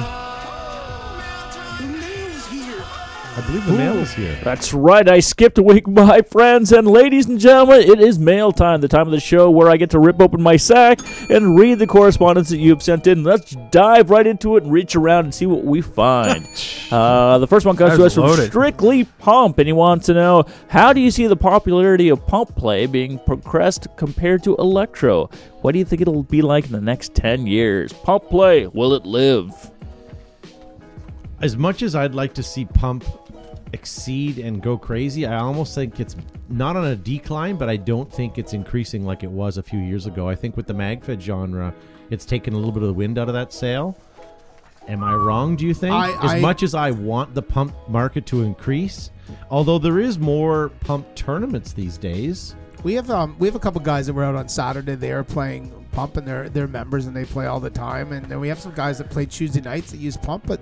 [SPEAKER 1] I believe the mail is here.
[SPEAKER 6] That's right. I skipped a week, my friends. And ladies and gentlemen, it is mail time, the time of the show where I get to rip open my sack and read the correspondence that you've sent in. Let's dive right into it and reach around and see what we find. uh, the first one comes to
[SPEAKER 3] That's
[SPEAKER 6] us from
[SPEAKER 3] loaded.
[SPEAKER 6] Strictly Pump, and he wants to know how do you see the popularity of pump play being progressed compared to electro? What do you think it'll be like in the next 10 years? Pump play, will it live?
[SPEAKER 1] As much as I'd like to see Pump exceed and go crazy, I almost think it's not on a decline, but I don't think it's increasing like it was a few years ago. I think with the MagFed genre, it's taken a little bit of the wind out of that sail. Am I wrong, do you think?
[SPEAKER 4] I-
[SPEAKER 1] as
[SPEAKER 4] I-
[SPEAKER 1] much as I want the pump market to increase, although there is more pump tournaments these days.
[SPEAKER 4] We have um we have a couple guys that were out on Saturday. They are playing pump and they're they're members and they play all the time. And then we have some guys that play Tuesday nights that use pump. But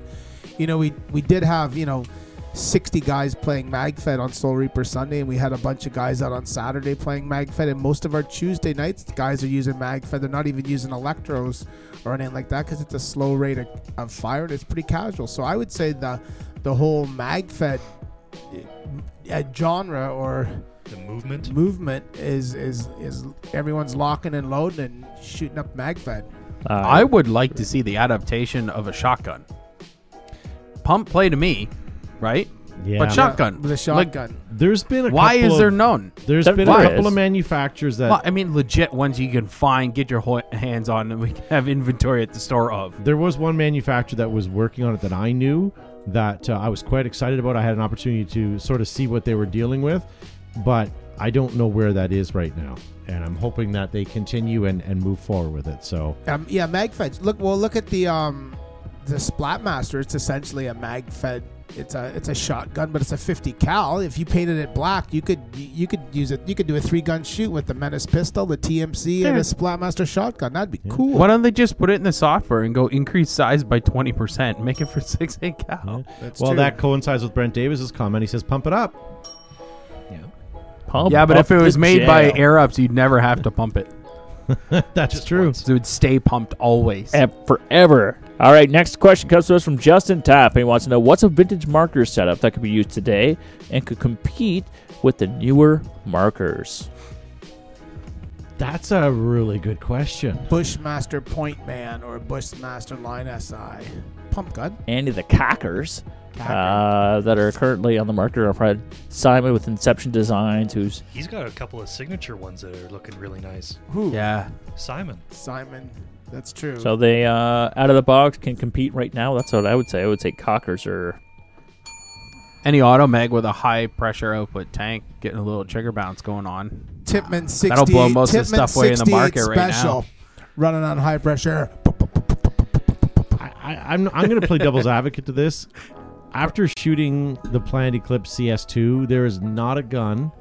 [SPEAKER 4] you know we we did have you know. 60 guys playing MagFed on Soul Reaper Sunday, and we had a bunch of guys out on Saturday playing MagFed. And most of our Tuesday nights, the guys are using MagFed. They're not even using Electros or anything like that because it's a slow rate of, of fire and it's pretty casual. So I would say the the whole MagFed a eh, genre or
[SPEAKER 5] The movement.
[SPEAKER 4] Movement is is is everyone's locking and loading and shooting up magfed.
[SPEAKER 3] I would like to see the adaptation of a shotgun. Pump play to me, right?
[SPEAKER 1] Yeah.
[SPEAKER 3] But shotgun.
[SPEAKER 4] With a
[SPEAKER 3] Like,
[SPEAKER 4] shotgun.
[SPEAKER 1] There's been a
[SPEAKER 3] Why
[SPEAKER 1] couple
[SPEAKER 3] is there
[SPEAKER 1] of- Uh,
[SPEAKER 3] none?
[SPEAKER 1] There's
[SPEAKER 6] There-
[SPEAKER 1] been
[SPEAKER 6] there
[SPEAKER 1] a couple
[SPEAKER 6] is.
[SPEAKER 1] of manufacturers that
[SPEAKER 3] well, I mean, legit ones you can find, get your ho- hands on, and we can have inventory at the store of.
[SPEAKER 1] there was one manufacturer that was working on it that I knew that uh, I was quite excited about. I had an opportunity to sort of see what they were dealing with, but I don't know where that is right now. And I'm hoping that they continue and, and move forward with it. So
[SPEAKER 4] Um, yeah, magfed. Look, well, look at the um, the Splatmaster. It's essentially a magfed. It's a it's a shotgun, but it's a 50 cal. If you painted it black, you could you could use it. You could do a three gun shoot with the Menace pistol, the TMC, and a
[SPEAKER 3] Yeah.
[SPEAKER 4] Splatmaster shotgun. That'd be cool.
[SPEAKER 3] Why don't they just put it in the software and go increase size by 20%, make it for 6 8 cal?
[SPEAKER 4] Oh, That's
[SPEAKER 1] uh, well,
[SPEAKER 4] true.
[SPEAKER 1] that coincides with Brent Davis's comment. He says, "Pump it up."
[SPEAKER 6] Pump
[SPEAKER 3] Yeah, but
[SPEAKER 6] up
[SPEAKER 3] if it
[SPEAKER 6] the
[SPEAKER 3] was made by
[SPEAKER 6] jam.
[SPEAKER 3] Air Ups, you'd never have to pump it.
[SPEAKER 1] That's true.
[SPEAKER 3] So it would stay pumped always.
[SPEAKER 6] Eh, forever. All right, next question comes to us from Justin Tapp. and He wants to know what's a vintage marker setup that could be used today and could compete with the newer markers.
[SPEAKER 1] That's a really good question.
[SPEAKER 4] Bushmaster Point Man or Bushmaster Line SI pump gun.
[SPEAKER 6] Any of the cockers uh, that are currently on the market are probably Simon with Inception Designs, who's
[SPEAKER 5] He's got a couple of signature ones that are looking really nice.
[SPEAKER 4] Who?
[SPEAKER 3] yeah.
[SPEAKER 5] Simon.
[SPEAKER 4] Simon. That's true.
[SPEAKER 6] so they uh, out of the box can compete right now. That's what I would say. I would say cockers are
[SPEAKER 3] Any auto mag with a high pressure output tank getting a little trigger bounce going on.
[SPEAKER 4] Tipman 60.
[SPEAKER 3] That'll blow most of the
[SPEAKER 4] Tipman
[SPEAKER 3] stuff away in the
[SPEAKER 4] 68
[SPEAKER 3] market right now.
[SPEAKER 4] special, Running on high pressure.
[SPEAKER 1] I, I, I'm I'm going to play devil's advocate to this. After shooting the planned Eclipse CS2, there is not a gun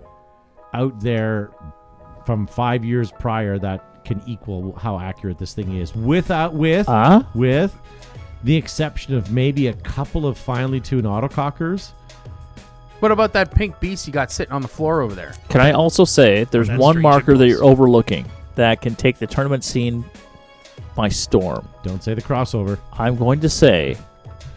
[SPEAKER 1] out there from five years prior that can equal how accurate this thing is. Without with
[SPEAKER 6] Huh?
[SPEAKER 1] with the exception of maybe a couple of finely tuned autocockers.
[SPEAKER 3] What about that pink beast you got sitting on the floor over there?
[SPEAKER 6] Can I also say there's
[SPEAKER 5] That's
[SPEAKER 6] one
[SPEAKER 5] straight
[SPEAKER 6] marker that
[SPEAKER 5] signals.
[SPEAKER 6] you're overlooking that can take the tournament scene by storm?
[SPEAKER 1] Don't say the crossover.
[SPEAKER 6] I'm going to say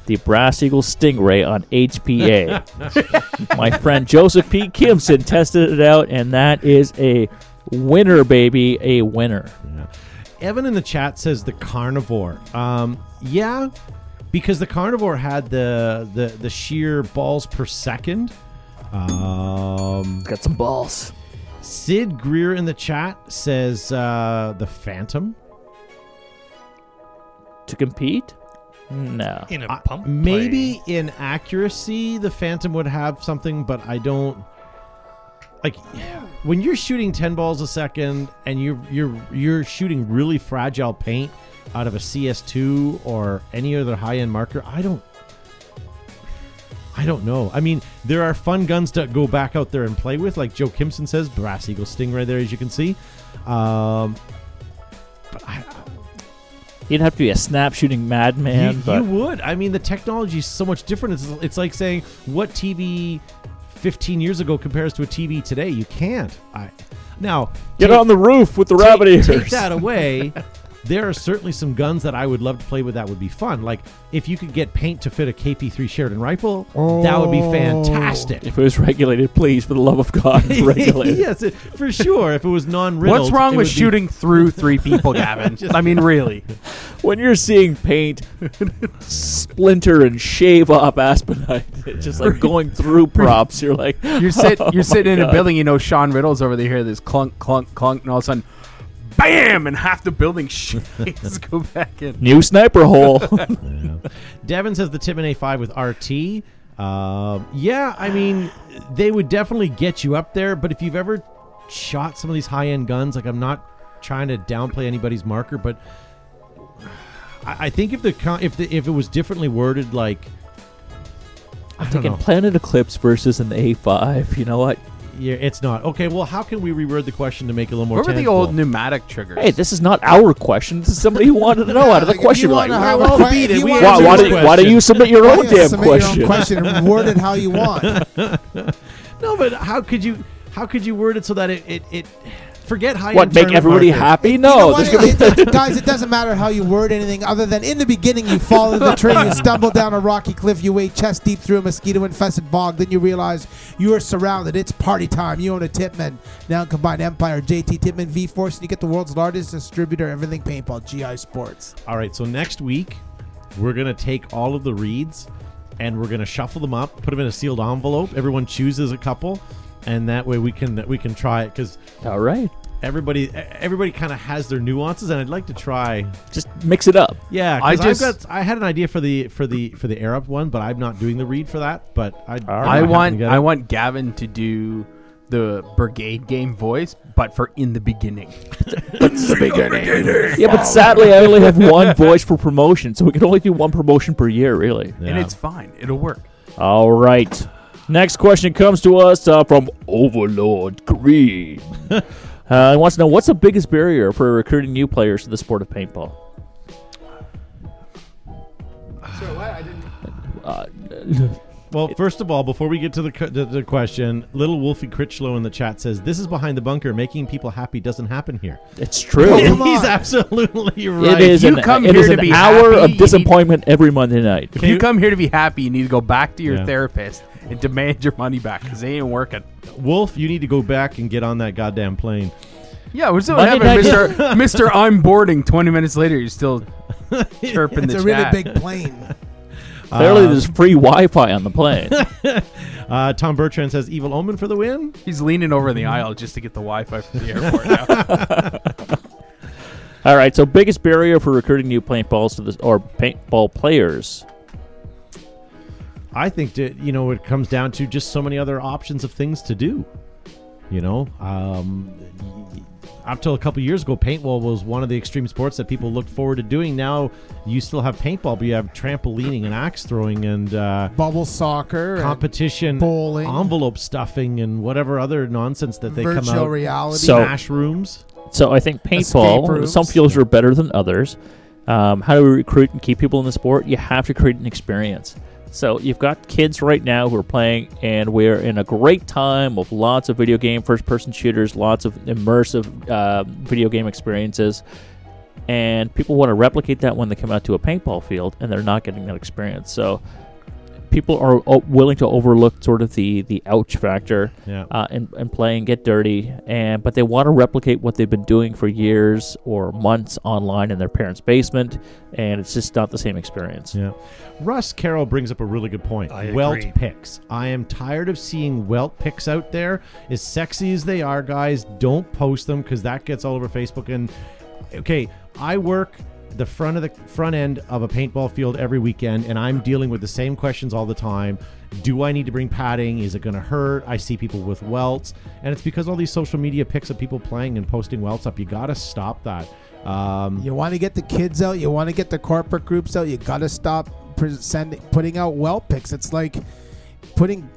[SPEAKER 6] the Brass Eagle Stingray on HPA. My friend Joseph P. Kimson tested it out, and that is a winner, baby, a winner.
[SPEAKER 1] Evan in the chat says the carnivore. Um, yeah, because the carnivore had the the the sheer balls per second. Um,
[SPEAKER 6] Got some balls.
[SPEAKER 1] Sid Greer in the chat says uh, the Phantom.
[SPEAKER 6] To compete? No.
[SPEAKER 5] In a
[SPEAKER 1] I-
[SPEAKER 5] pump. play.
[SPEAKER 1] maybe in accuracy, the Phantom would have something, but I don't. Like when you're shooting ten balls a second and you're you're you're shooting really fragile paint out of a CS2 or any other high end marker, I don't. I don't know. I mean, there are fun guns to go back out there and play with, like Joe Kimson says, Brass Eagle Sting right there, as you can see. Um,
[SPEAKER 6] You'd have to be a snap shooting madman,
[SPEAKER 1] you,
[SPEAKER 6] but
[SPEAKER 1] you would. I mean, the technology is so much different. It's, it's like saying what TV 15 years ago compares to a TV today. You can't. I now
[SPEAKER 6] get on the roof with the rabbit
[SPEAKER 1] take,
[SPEAKER 6] ears.
[SPEAKER 1] take that away. there are certainly some guns that I would love to play with. That would be fun. Like if you could get paint to fit a KP3 Sheridan rifle, that would be fantastic.
[SPEAKER 6] Oh. If it was regulated, please, for the love of God, regulate. it.
[SPEAKER 1] yes, it- for sure. If it was non-riddled,
[SPEAKER 3] What's wrong
[SPEAKER 1] it
[SPEAKER 3] with
[SPEAKER 1] would be-
[SPEAKER 3] shooting through three people, Gavin? I mean, really.
[SPEAKER 6] When you're seeing paint splinter and shave up aspenite, it's just like going through props. You're like,
[SPEAKER 3] You're, sit,
[SPEAKER 6] Oh
[SPEAKER 3] you're sitting in
[SPEAKER 6] God.
[SPEAKER 3] a building, you know, Sean Riddle's over there, you hear this clunk, clunk, clunk, and all of a sudden, bam, and half the building shakes. go back in.
[SPEAKER 6] new sniper hole.
[SPEAKER 1] Devin says the Tippin A5 with RT. Um, yeah, I mean, they would definitely get you up there, but if you've ever shot some of these high end guns, like I'm not trying to downplay anybody's marker, but I, I think if the con- if the, if it was differently worded, like I
[SPEAKER 6] I'm
[SPEAKER 1] don't
[SPEAKER 6] thinking
[SPEAKER 1] know,
[SPEAKER 6] Planet Eclipse versus an A5. You know what?
[SPEAKER 1] yeah, it's not okay. Well, how can we reword the question to make it a little more?
[SPEAKER 3] What were the
[SPEAKER 1] tangible?
[SPEAKER 3] old pneumatic triggers?
[SPEAKER 6] Hey, this is not our question. This is somebody who wanted to know out of the
[SPEAKER 4] Like, if
[SPEAKER 6] question.
[SPEAKER 4] you
[SPEAKER 6] Like,
[SPEAKER 4] wanna
[SPEAKER 6] why,
[SPEAKER 4] have
[SPEAKER 6] why,
[SPEAKER 4] a que- if you wanna
[SPEAKER 6] why,
[SPEAKER 4] have a
[SPEAKER 6] do- why do you submit your own
[SPEAKER 4] Yeah,
[SPEAKER 6] damn
[SPEAKER 4] submit
[SPEAKER 6] question?
[SPEAKER 4] Your own question and word it how you want.
[SPEAKER 1] No, but how could you how could you word it so that it it, it
[SPEAKER 4] Forget high.
[SPEAKER 6] What, make everybody happy? No, there's gonna be
[SPEAKER 4] guys. It doesn't matter how you word anything, other than in the beginning you fall in the tree, you stumble down a rocky cliff, you wade chest deep through a mosquito-infested bog, then you realize you are surrounded. It's party time. You own a Titman now combined Empire, JT Titman V Force, and you get the world's largest distributor of everything paintball, GI Sports.
[SPEAKER 1] All right, so next week we're gonna take all of the reads and we're gonna shuffle them up, put them in a sealed envelope. Everyone chooses a couple, and that way we can we can try it because
[SPEAKER 6] all right,
[SPEAKER 1] everybody e, everybody kind of has their nuances, and I'd like to try.
[SPEAKER 6] Just mix it up.
[SPEAKER 1] Yeah,
[SPEAKER 3] I
[SPEAKER 1] I just
[SPEAKER 3] just-
[SPEAKER 1] I had an idea for the for the for the Arab one, but I'm not doing the read for that. But I
[SPEAKER 3] I want I want Gavin to do the brigade game voice, but for in the beginning.
[SPEAKER 6] Yeah, but sadly, I only have one voice for promotion, so we can only do one promotion per year, really.
[SPEAKER 3] And it's fine. It'll work.
[SPEAKER 6] All right. Next question comes to us uh, from Overlord Green. uh, he wants to know what's the biggest barrier for recruiting new players to the sport of paintball?
[SPEAKER 1] Well, first of all, before we get to the, cu- the, the question, little Wolfie Critchlow in the chat says this is behind the bunker. Making people happy doesn't happen here.
[SPEAKER 6] It's
[SPEAKER 3] Oh,
[SPEAKER 6] true.
[SPEAKER 4] Come
[SPEAKER 1] He's
[SPEAKER 4] on.
[SPEAKER 1] absolutely
[SPEAKER 6] It
[SPEAKER 1] right.
[SPEAKER 6] is
[SPEAKER 3] You
[SPEAKER 6] an,
[SPEAKER 3] come
[SPEAKER 6] it
[SPEAKER 3] here
[SPEAKER 6] is
[SPEAKER 3] to
[SPEAKER 6] an
[SPEAKER 3] be
[SPEAKER 6] hour
[SPEAKER 3] happy, you
[SPEAKER 6] of
[SPEAKER 3] need-
[SPEAKER 6] disappointment every Monday night.
[SPEAKER 3] If you, come here to be happy, you need to go back to your
[SPEAKER 1] Yeah.
[SPEAKER 3] therapist and demand your money back because they ain't working.
[SPEAKER 1] Wolf, you need to go back and get on that goddamn plane.
[SPEAKER 3] Yeah, what's what
[SPEAKER 6] Monday
[SPEAKER 3] happened, Mister? Mister, I'm boarding. Twenty minutes later, you're still chirping
[SPEAKER 4] It's
[SPEAKER 3] the
[SPEAKER 4] a
[SPEAKER 3] chat.
[SPEAKER 4] really big plane.
[SPEAKER 6] Clearly,
[SPEAKER 3] Uh.
[SPEAKER 6] there's free Wi Fi on the plane.
[SPEAKER 1] Uh, Tom Bertrand says evil omen for the win.
[SPEAKER 3] He's leaning over the aisle just to get the Wi-Fi from the airport. Now.
[SPEAKER 6] All right, so biggest barrier for recruiting new paintballs to this or paintball players.
[SPEAKER 1] I think that you know it comes down to just so many other options of things to do. You know, um, up till a couple years ago, paintball was one of the extreme sports that people looked forward to doing. Now you still have paintball, but you have trampolining and axe throwing and uh,
[SPEAKER 4] Bubble soccer. and
[SPEAKER 1] competition,
[SPEAKER 4] bowling.
[SPEAKER 1] envelope stuffing, and whatever other nonsense that they come
[SPEAKER 4] virtual
[SPEAKER 1] out.
[SPEAKER 4] reality.
[SPEAKER 6] So-
[SPEAKER 1] Smash rooms.
[SPEAKER 6] So I think
[SPEAKER 4] Escape
[SPEAKER 6] paintball,
[SPEAKER 4] rooms.
[SPEAKER 6] some fields are better than others. Um, how do we recruit and keep people in the sport? You have to create an experience. So you've got kids right now who are playing, and we're in a great time with lots of video game first-person shooters, lots of immersive uh, video game experiences, and people want to replicate that when they come out to a paintball field, and they're not getting that experience. So people are o- willing to overlook sort of the the ouch factor
[SPEAKER 1] Yeah.
[SPEAKER 6] uh, and, and play and get dirty and but they want to replicate what they've been doing for years or months online in their parents basement and it's just not the same experience
[SPEAKER 1] Yeah. Russ Carroll brings up a really good point.
[SPEAKER 5] I
[SPEAKER 1] welt
[SPEAKER 5] agree.
[SPEAKER 1] picks. I am tired of seeing welt picks out there. As sexy as they are, guys, don't post them because that gets all over Facebook. And okay, I work the front of the front end of a paintball field every weekend, and I'm dealing with the same questions all the time. Do I need to bring padding? Is it going to hurt? I see people with welts, and it's because all these social media pics of people playing and posting welts up. You got to stop that. Um,
[SPEAKER 4] You want to get the kids out. You want to get the corporate groups out. You got to stop pre- sending putting out well pics. It's like putting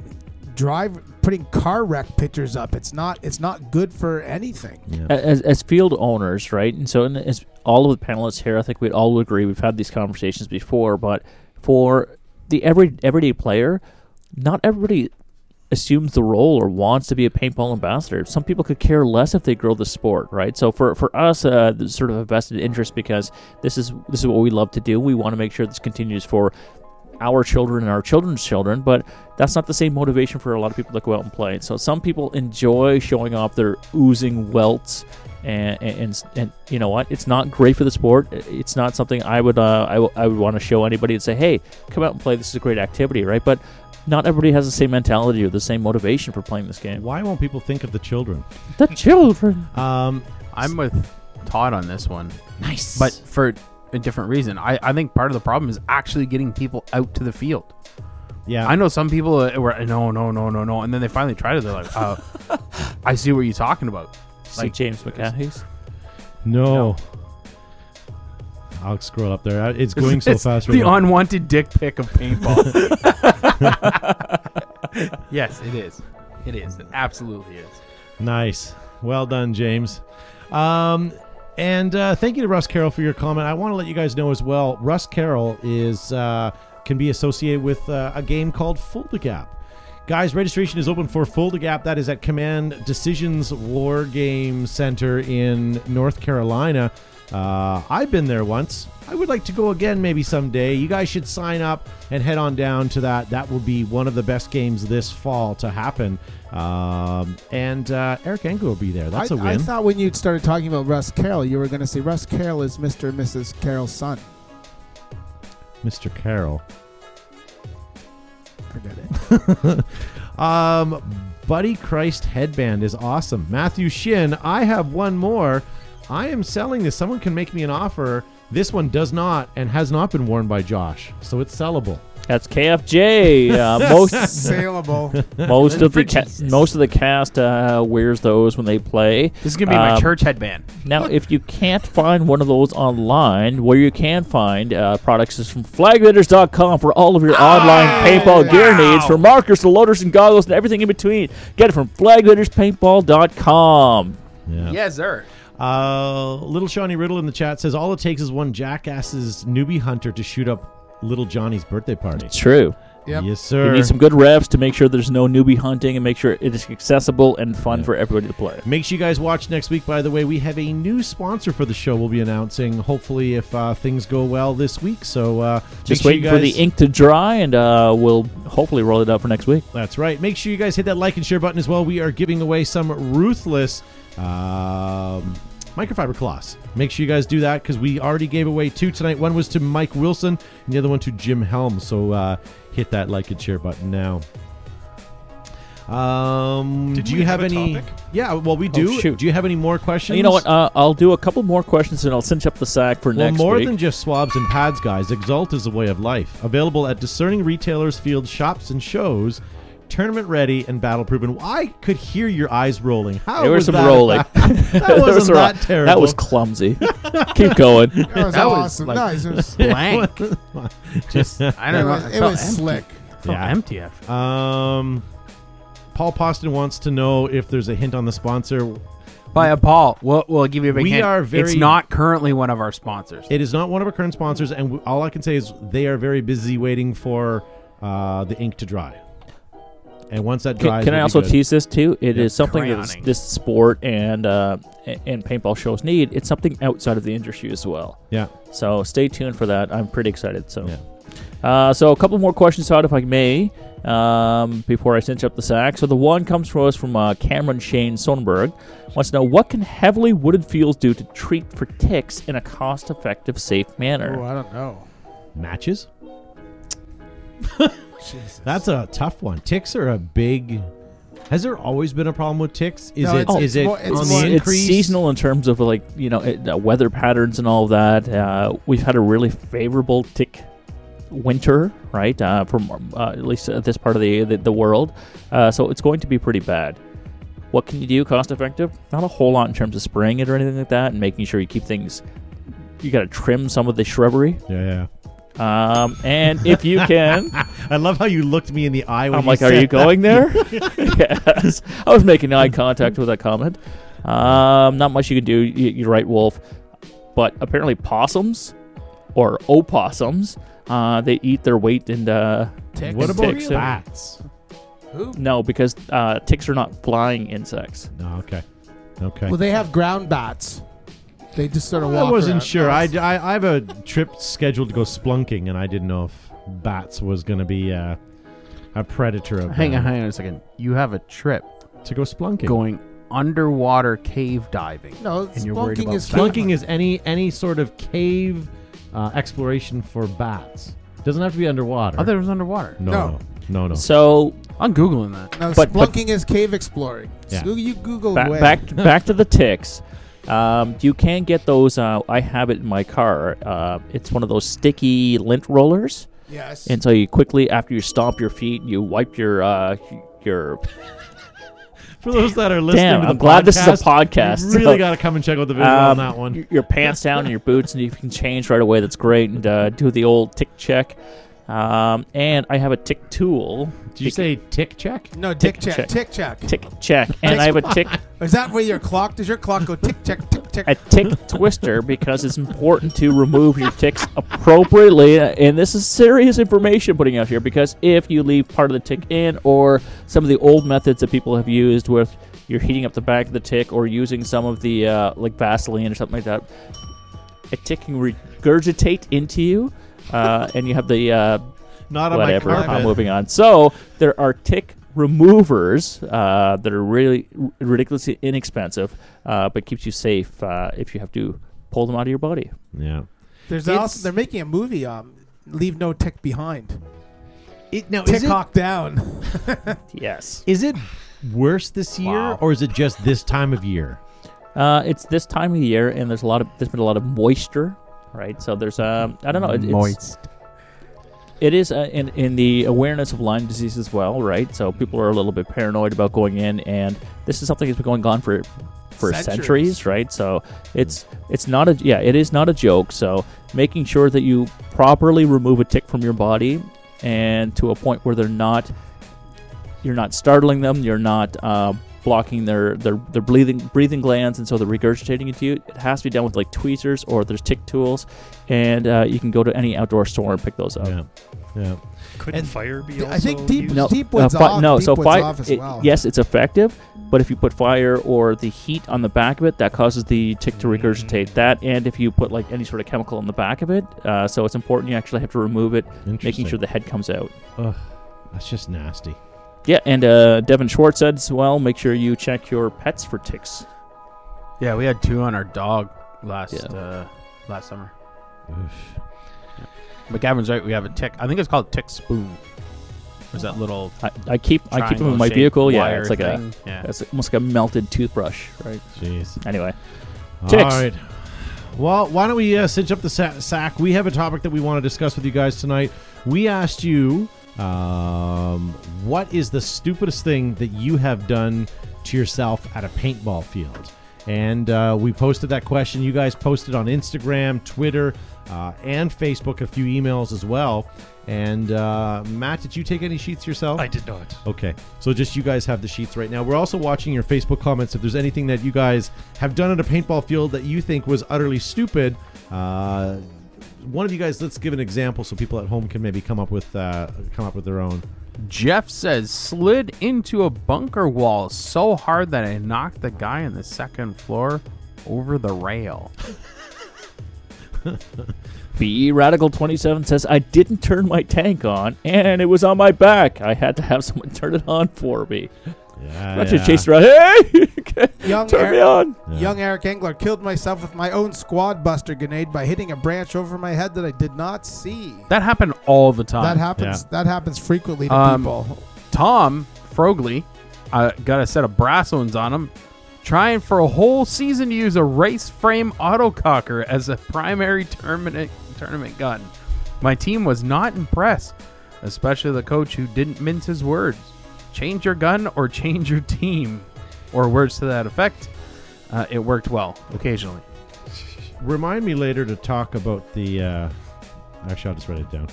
[SPEAKER 4] drive putting car wreck pictures up. It's not it's not good for anything.
[SPEAKER 6] A- as, as field owners, right? And so, and as all of the panelists here, I think we'd all agree we've had these conversations before. But for the every everyday player, not everybody assumes the role or wants to be a paintball ambassador. Some people could care less if they grow the sport, right? So for for us, uh, there's sort of a vested interest because this is this is what we love to do. We want to make sure this continues for our children and our children's children, but that's not the same motivation for a lot of people that go out and play. So some people enjoy showing off their oozing welts, and and, and, and you know what? It's not great for the sport. I- It's not something I would uh, I, w- I would want to show anybody and say, hey, come out and play. This is a great activity, right? But not everybody has the same mentality or the same motivation for playing this game.
[SPEAKER 1] why won't people think of the children?
[SPEAKER 6] The children.
[SPEAKER 1] Um,
[SPEAKER 3] I'm with Todd on this one. Nice, but for a different reason. I, I think part of the problem is actually getting people out to the field.
[SPEAKER 1] yeah,
[SPEAKER 3] I know some people uh, were no, no, no, no, no, and then they finally tried it. They're like, uh, I see what you're talking about.
[SPEAKER 6] See
[SPEAKER 3] Like
[SPEAKER 6] James McCaffrey's.
[SPEAKER 1] No. I'll scroll up there. Uh, It's going so
[SPEAKER 3] It's
[SPEAKER 1] fast. right
[SPEAKER 3] The
[SPEAKER 1] now.
[SPEAKER 3] unwanted dick pic of paintball. yes, it is. It is. It absolutely is.
[SPEAKER 1] nice. Well done, James. Um, and uh, thank you to Russ Carroll for your comment. I want to let you guys know as well. Russ Carroll is uh, can be associated with uh, a game called Fold the Gap. Guys, registration is open for Full to Gap. That is at Command Decisions War Game Center in North Carolina. Uh, I've been there once. I would like to go again maybe someday. You guys should sign up and head on down to that. That will be one of the best games this fall to happen. Um, and uh, Eric Engel will be there. That's
[SPEAKER 4] I,
[SPEAKER 1] a win.
[SPEAKER 4] I thought when you started talking about Russ Carroll, you were going to say Russ Carroll is Mr. and Mrs. Carroll's son.
[SPEAKER 1] Mr. Carroll.
[SPEAKER 4] Forget it.
[SPEAKER 1] um, Buddy Christ headband is awesome. Matthew Shin, I have one more. I am selling this. Someone can make me an offer. This one does not and has not been worn by Josh, so it's sellable.
[SPEAKER 6] That's KFJ. Uh, most
[SPEAKER 4] Saleable.
[SPEAKER 6] most of the ca- most of the cast uh, wears those when they play.
[SPEAKER 3] This is gonna be my
[SPEAKER 6] Um,
[SPEAKER 3] church headband.
[SPEAKER 6] Now, if you can't find one of those online, where you can find uh, products is from flagbidders.com for all of your
[SPEAKER 1] Oh,
[SPEAKER 6] online paintball gear needs, from markers to loaders and goggles and everything in between. Get it from flagbitterspaintball.com.
[SPEAKER 1] Yeah.
[SPEAKER 3] Yes, sir.
[SPEAKER 1] Uh, little Shawnee Riddle in the chat says all it takes is one jackass's newbie hunter to shoot up little Johnny's birthday party.
[SPEAKER 6] True.
[SPEAKER 4] Yep.
[SPEAKER 1] Yes, sir.
[SPEAKER 6] You need some good refs to make sure there's no newbie hunting and make sure it is accessible and fun for everybody to play.
[SPEAKER 1] Make sure you guys watch next week. By the way, we have a new sponsor for the show. We'll be announcing hopefully if uh, things go well this week. So uh, make
[SPEAKER 6] Just
[SPEAKER 1] sure
[SPEAKER 6] waiting
[SPEAKER 1] you
[SPEAKER 6] for the
[SPEAKER 1] guys-
[SPEAKER 6] ink to dry, and uh, we'll hopefully roll it out for next week.
[SPEAKER 1] That's right. Make sure you guys hit that like and share button as well. We are giving away some ruthless um, microfiber cloths. Make sure you guys do that because we already gave away two tonight. One was to Mike Wilson, and the other one to Jim Helm. So uh, hit that like and share button now. Um,
[SPEAKER 5] Didn't
[SPEAKER 1] do you
[SPEAKER 5] we
[SPEAKER 1] have,
[SPEAKER 5] have a
[SPEAKER 1] any?
[SPEAKER 5] topic?
[SPEAKER 1] Yeah, well, we do.
[SPEAKER 6] shoot.
[SPEAKER 1] Do you have any more questions?
[SPEAKER 6] You know what? Uh, I'll do a couple more questions, and I'll cinch up the sack for
[SPEAKER 1] Well,
[SPEAKER 6] next
[SPEAKER 1] more
[SPEAKER 6] week.
[SPEAKER 1] than just swabs and pads, guys, Exalt is a way of life. Available at discerning retailers, field shops, and shows. Tournament ready and battle proven. I could hear your eyes rolling. How
[SPEAKER 6] There was
[SPEAKER 1] was
[SPEAKER 6] some
[SPEAKER 1] that-
[SPEAKER 6] rolling.
[SPEAKER 1] That
[SPEAKER 6] There was
[SPEAKER 1] wasn't
[SPEAKER 6] a lot-
[SPEAKER 1] that terrible.
[SPEAKER 6] That was clumsy. Keep going.
[SPEAKER 4] That was
[SPEAKER 3] That was
[SPEAKER 4] awesome.
[SPEAKER 3] like-
[SPEAKER 4] nice. It was,
[SPEAKER 3] Blank. Just I
[SPEAKER 4] it
[SPEAKER 3] don't know.
[SPEAKER 4] was,
[SPEAKER 3] I
[SPEAKER 4] it
[SPEAKER 3] felt
[SPEAKER 4] was
[SPEAKER 3] empty.
[SPEAKER 4] slick.
[SPEAKER 3] I felt
[SPEAKER 1] Yeah.
[SPEAKER 3] empty after.
[SPEAKER 1] Um, Paul Poston wants to know if there's a hint on the sponsor.
[SPEAKER 3] By a Paul, we'll, we'll give you a big
[SPEAKER 1] We
[SPEAKER 3] hint.
[SPEAKER 1] are very-
[SPEAKER 3] It's not currently one of our sponsors.
[SPEAKER 1] It is not one of our current sponsors, and w- all I can say is they are very busy waiting for uh, the ink to dry. And once that
[SPEAKER 6] Can,
[SPEAKER 1] dries,
[SPEAKER 6] can I
[SPEAKER 1] we'll be
[SPEAKER 6] also
[SPEAKER 1] good.
[SPEAKER 6] tease this too? It is
[SPEAKER 1] Yeah.
[SPEAKER 6] something that this,
[SPEAKER 3] Crayonning.
[SPEAKER 6] this sport and uh, a- and paintball shows need. It's something outside of the industry as well.
[SPEAKER 1] Yeah.
[SPEAKER 6] So stay tuned for that. I'm pretty excited. So,
[SPEAKER 1] Yeah.
[SPEAKER 6] uh, so a couple more questions out, if I may, um, before I cinch up the sack. So the one comes from us from uh, Cameron Shane Sonberg. Wants to know what can heavily wooded fields do to treat for ticks in a cost-effective, safe manner.
[SPEAKER 4] Oh, I don't know.
[SPEAKER 1] Matches?
[SPEAKER 4] Jesus.
[SPEAKER 1] That's a tough one. Ticks are a big. Has there always been a problem with ticks? Is
[SPEAKER 4] No,
[SPEAKER 1] it
[SPEAKER 4] it's-
[SPEAKER 1] is it
[SPEAKER 4] more- it's
[SPEAKER 1] on
[SPEAKER 4] more-
[SPEAKER 1] the
[SPEAKER 6] it's, it's
[SPEAKER 1] increase?
[SPEAKER 6] seasonal in terms of like you know it, uh, weather patterns and all of that. Uh, we've had a really favorable tick winter, right? Uh, from uh, at least uh, this part of the the, the world, uh, so it's going to be pretty bad. What can you do cost effective? Not a whole lot in terms of spraying it or anything like that, and making sure you keep things. You got to trim some of the shrubbery,
[SPEAKER 1] Yeah,
[SPEAKER 6] um, and if you can,
[SPEAKER 1] yeah. I love how you looked me in the eye when
[SPEAKER 6] I'm
[SPEAKER 1] you
[SPEAKER 6] like, are
[SPEAKER 1] said
[SPEAKER 6] you
[SPEAKER 1] that."
[SPEAKER 6] going there? yes. I was making eye contact with that comment. Um, not much you can do. You, you're right, Wolf. But apparently, possums or opossums, uh, they eat their weight and uh,
[SPEAKER 4] Ticks.
[SPEAKER 1] What about
[SPEAKER 6] Ticks, yeah.
[SPEAKER 1] bats?
[SPEAKER 6] no, because uh, ticks are not flying insects.
[SPEAKER 1] No, okay, okay.
[SPEAKER 4] Well, they have ground bats. They just sort of walk.
[SPEAKER 1] I wasn't
[SPEAKER 4] around.
[SPEAKER 1] sure. I,
[SPEAKER 4] That was-
[SPEAKER 1] I I have a trip scheduled to go splunking, and I didn't know if bats was going to be uh, a predator of
[SPEAKER 3] Hang on,
[SPEAKER 1] that.
[SPEAKER 3] hang on a second. You have a trip
[SPEAKER 1] to go splunking.
[SPEAKER 3] going underwater cave diving.
[SPEAKER 4] No,
[SPEAKER 3] and you're worried
[SPEAKER 4] splunking
[SPEAKER 3] about
[SPEAKER 4] is
[SPEAKER 3] that.
[SPEAKER 1] Splunking is any any sort of cave uh, exploration for bats. Doesn't have to be underwater.
[SPEAKER 3] I thought it was underwater.
[SPEAKER 1] no,
[SPEAKER 4] No.
[SPEAKER 1] no, no, no.
[SPEAKER 6] So
[SPEAKER 3] I'm googling that.
[SPEAKER 4] No,
[SPEAKER 6] but- but-
[SPEAKER 4] splunking is cave exploring.
[SPEAKER 1] Yeah.
[SPEAKER 4] So you Google
[SPEAKER 6] back
[SPEAKER 4] away.
[SPEAKER 6] back, back to the ticks. Um, you can get those. Uh, I have it in my car. Uh, it's one of those sticky lint rollers.
[SPEAKER 4] Yes.
[SPEAKER 6] And so you quickly, after you stomp your feet, you wipe your uh, your.
[SPEAKER 1] For those that are listening,
[SPEAKER 6] Damn,
[SPEAKER 1] to the
[SPEAKER 6] I'm glad this is a podcast.
[SPEAKER 1] You really
[SPEAKER 6] So,
[SPEAKER 1] got to come and check out the visual on
[SPEAKER 6] um,
[SPEAKER 1] that one.
[SPEAKER 6] y- Your pants down and your boots, and if you can change right away, that's great. And uh, do the old tick check. Um, and I have a tick tool.
[SPEAKER 1] Did you say tick check?
[SPEAKER 4] No, tick check, tick check.
[SPEAKER 6] Tick check. And I have a tick
[SPEAKER 4] Is that where your clock? Does your clock go tick check tick check?
[SPEAKER 6] a tick twister because it's important to remove your ticks appropriately. And this is serious information putting out here because if you leave part of the tick in, or some of the old methods that people have used with you're heating up the back of the tick, or using some of the uh, like Vaseline or something like that, a tick can regurgitate into you, uh, and you have the uh,
[SPEAKER 1] Not on my
[SPEAKER 6] whatever. I'm
[SPEAKER 1] carpet.
[SPEAKER 6] moving on. So there are tick removers uh, that are really r- ridiculously inexpensive, uh, but keeps you safe uh, if you have to pull them out of your body.
[SPEAKER 1] Yeah.
[SPEAKER 4] There's
[SPEAKER 1] It's-
[SPEAKER 4] also they're making a movie. Um, leave no tick behind.
[SPEAKER 1] It, now,
[SPEAKER 4] tick
[SPEAKER 1] is it-
[SPEAKER 4] hawk down.
[SPEAKER 6] Yes.
[SPEAKER 1] Is it worse this year, or is it just this time of year?
[SPEAKER 6] Uh, it's this time of year, and there's a lot of there's been a lot of moisture, right? So there's um I don't know it, it's, it is uh, in in the awareness of Lyme disease as well, right? So people are a little bit paranoid about going in, and this is something that's been going on for for centuries,
[SPEAKER 4] Centuries.
[SPEAKER 6] right? So it's it's not a yeah, it is not a joke. So making sure that you properly remove a tick from your body, and to a point where they're not you're not startling them, you're not uh, blocking their, their their breathing breathing glands, and so they're regurgitating it to you. It has to be done with like tweezers or there's tick tools, and uh, you can go to any outdoor store and pick those up.
[SPEAKER 1] Yeah. Yeah.
[SPEAKER 5] Couldn't
[SPEAKER 4] And
[SPEAKER 5] fire be
[SPEAKER 4] th-
[SPEAKER 5] also
[SPEAKER 4] I think deep-
[SPEAKER 5] used?
[SPEAKER 4] no.
[SPEAKER 6] uh, fi-
[SPEAKER 4] off-
[SPEAKER 6] no.
[SPEAKER 4] deep
[SPEAKER 6] so
[SPEAKER 4] wood's
[SPEAKER 6] fire,
[SPEAKER 4] off as well.
[SPEAKER 6] yes, it's effective, but if you put fire or the heat on the back of it, that causes the tick to
[SPEAKER 1] Mm.
[SPEAKER 6] regurgitate that. And if you put like any sort of chemical on the back of it, uh, so it's important you actually have to remove it, making
[SPEAKER 1] Interesting.
[SPEAKER 6] sure the head comes out.
[SPEAKER 1] Ugh, that's just nasty.
[SPEAKER 6] Yeah, and uh, Devin Schwartz said as well. Make sure you check your pets for ticks.
[SPEAKER 3] Yeah, we had two on our dog last
[SPEAKER 6] Yeah.
[SPEAKER 3] uh, last summer.
[SPEAKER 1] Oof.
[SPEAKER 3] But Gavin's right. We have a tick. I think it's called tick spoon. There's that little.
[SPEAKER 6] I, I keep I keep them in my
[SPEAKER 3] triangle-shaped
[SPEAKER 6] vehicle. Yeah,
[SPEAKER 3] wire
[SPEAKER 6] it's like
[SPEAKER 3] thing.
[SPEAKER 6] a
[SPEAKER 3] Yeah.
[SPEAKER 6] it's almost like a melted toothbrush, right?
[SPEAKER 1] Jeez.
[SPEAKER 6] Anyway,
[SPEAKER 1] All
[SPEAKER 6] Ticks.
[SPEAKER 1] right. Well, why don't we uh, cinch up the sa- sack? We have a topic that we want to discuss with you guys tonight. We asked you, um, what is the stupidest thing that you have done to yourself at a paintball field? And uh, we posted that question. You guys posted on Instagram, Twitter, uh, and Facebook, a few emails as well. And uh, Matt, did you take any sheets yourself?
[SPEAKER 5] I did not.
[SPEAKER 1] Okay. So just you guys have the sheets right now. We're also watching your Facebook comments. If there's anything that you guys have done at a paintball field that you think was utterly stupid, uh, one of you guys, let's give an example so people at home can maybe come up with uh, come up with their own.
[SPEAKER 3] Jeff says slid into a bunker wall so hard that I knocked the guy on the second floor over the rail.
[SPEAKER 6] BE Radical Twenty Seven says I didn't turn my tank on, and it was on my back. I had to have someone turn it on for me.
[SPEAKER 1] Yeah.
[SPEAKER 6] Not just chase around. Hey,
[SPEAKER 4] Young
[SPEAKER 6] turn me
[SPEAKER 4] Eric-
[SPEAKER 6] on.
[SPEAKER 4] Young Eric Engler killed myself with my own squad buster grenade by hitting a branch over my head that I did not see.
[SPEAKER 3] That happened all the time.
[SPEAKER 4] That happens.
[SPEAKER 1] Yeah.
[SPEAKER 4] That happens frequently to
[SPEAKER 3] Um,
[SPEAKER 4] people.
[SPEAKER 3] Tom Frogley uh, got a set of brass ones on him, trying for a whole season to use a race frame autococker as a primary tournament, tournament gun. My team was not impressed, especially the coach who didn't mince his words. Change your gun or change your team, or words to that effect. Uh, it worked well occasionally.
[SPEAKER 1] Remind me later to talk about the. Uh, actually, I'll just write it down.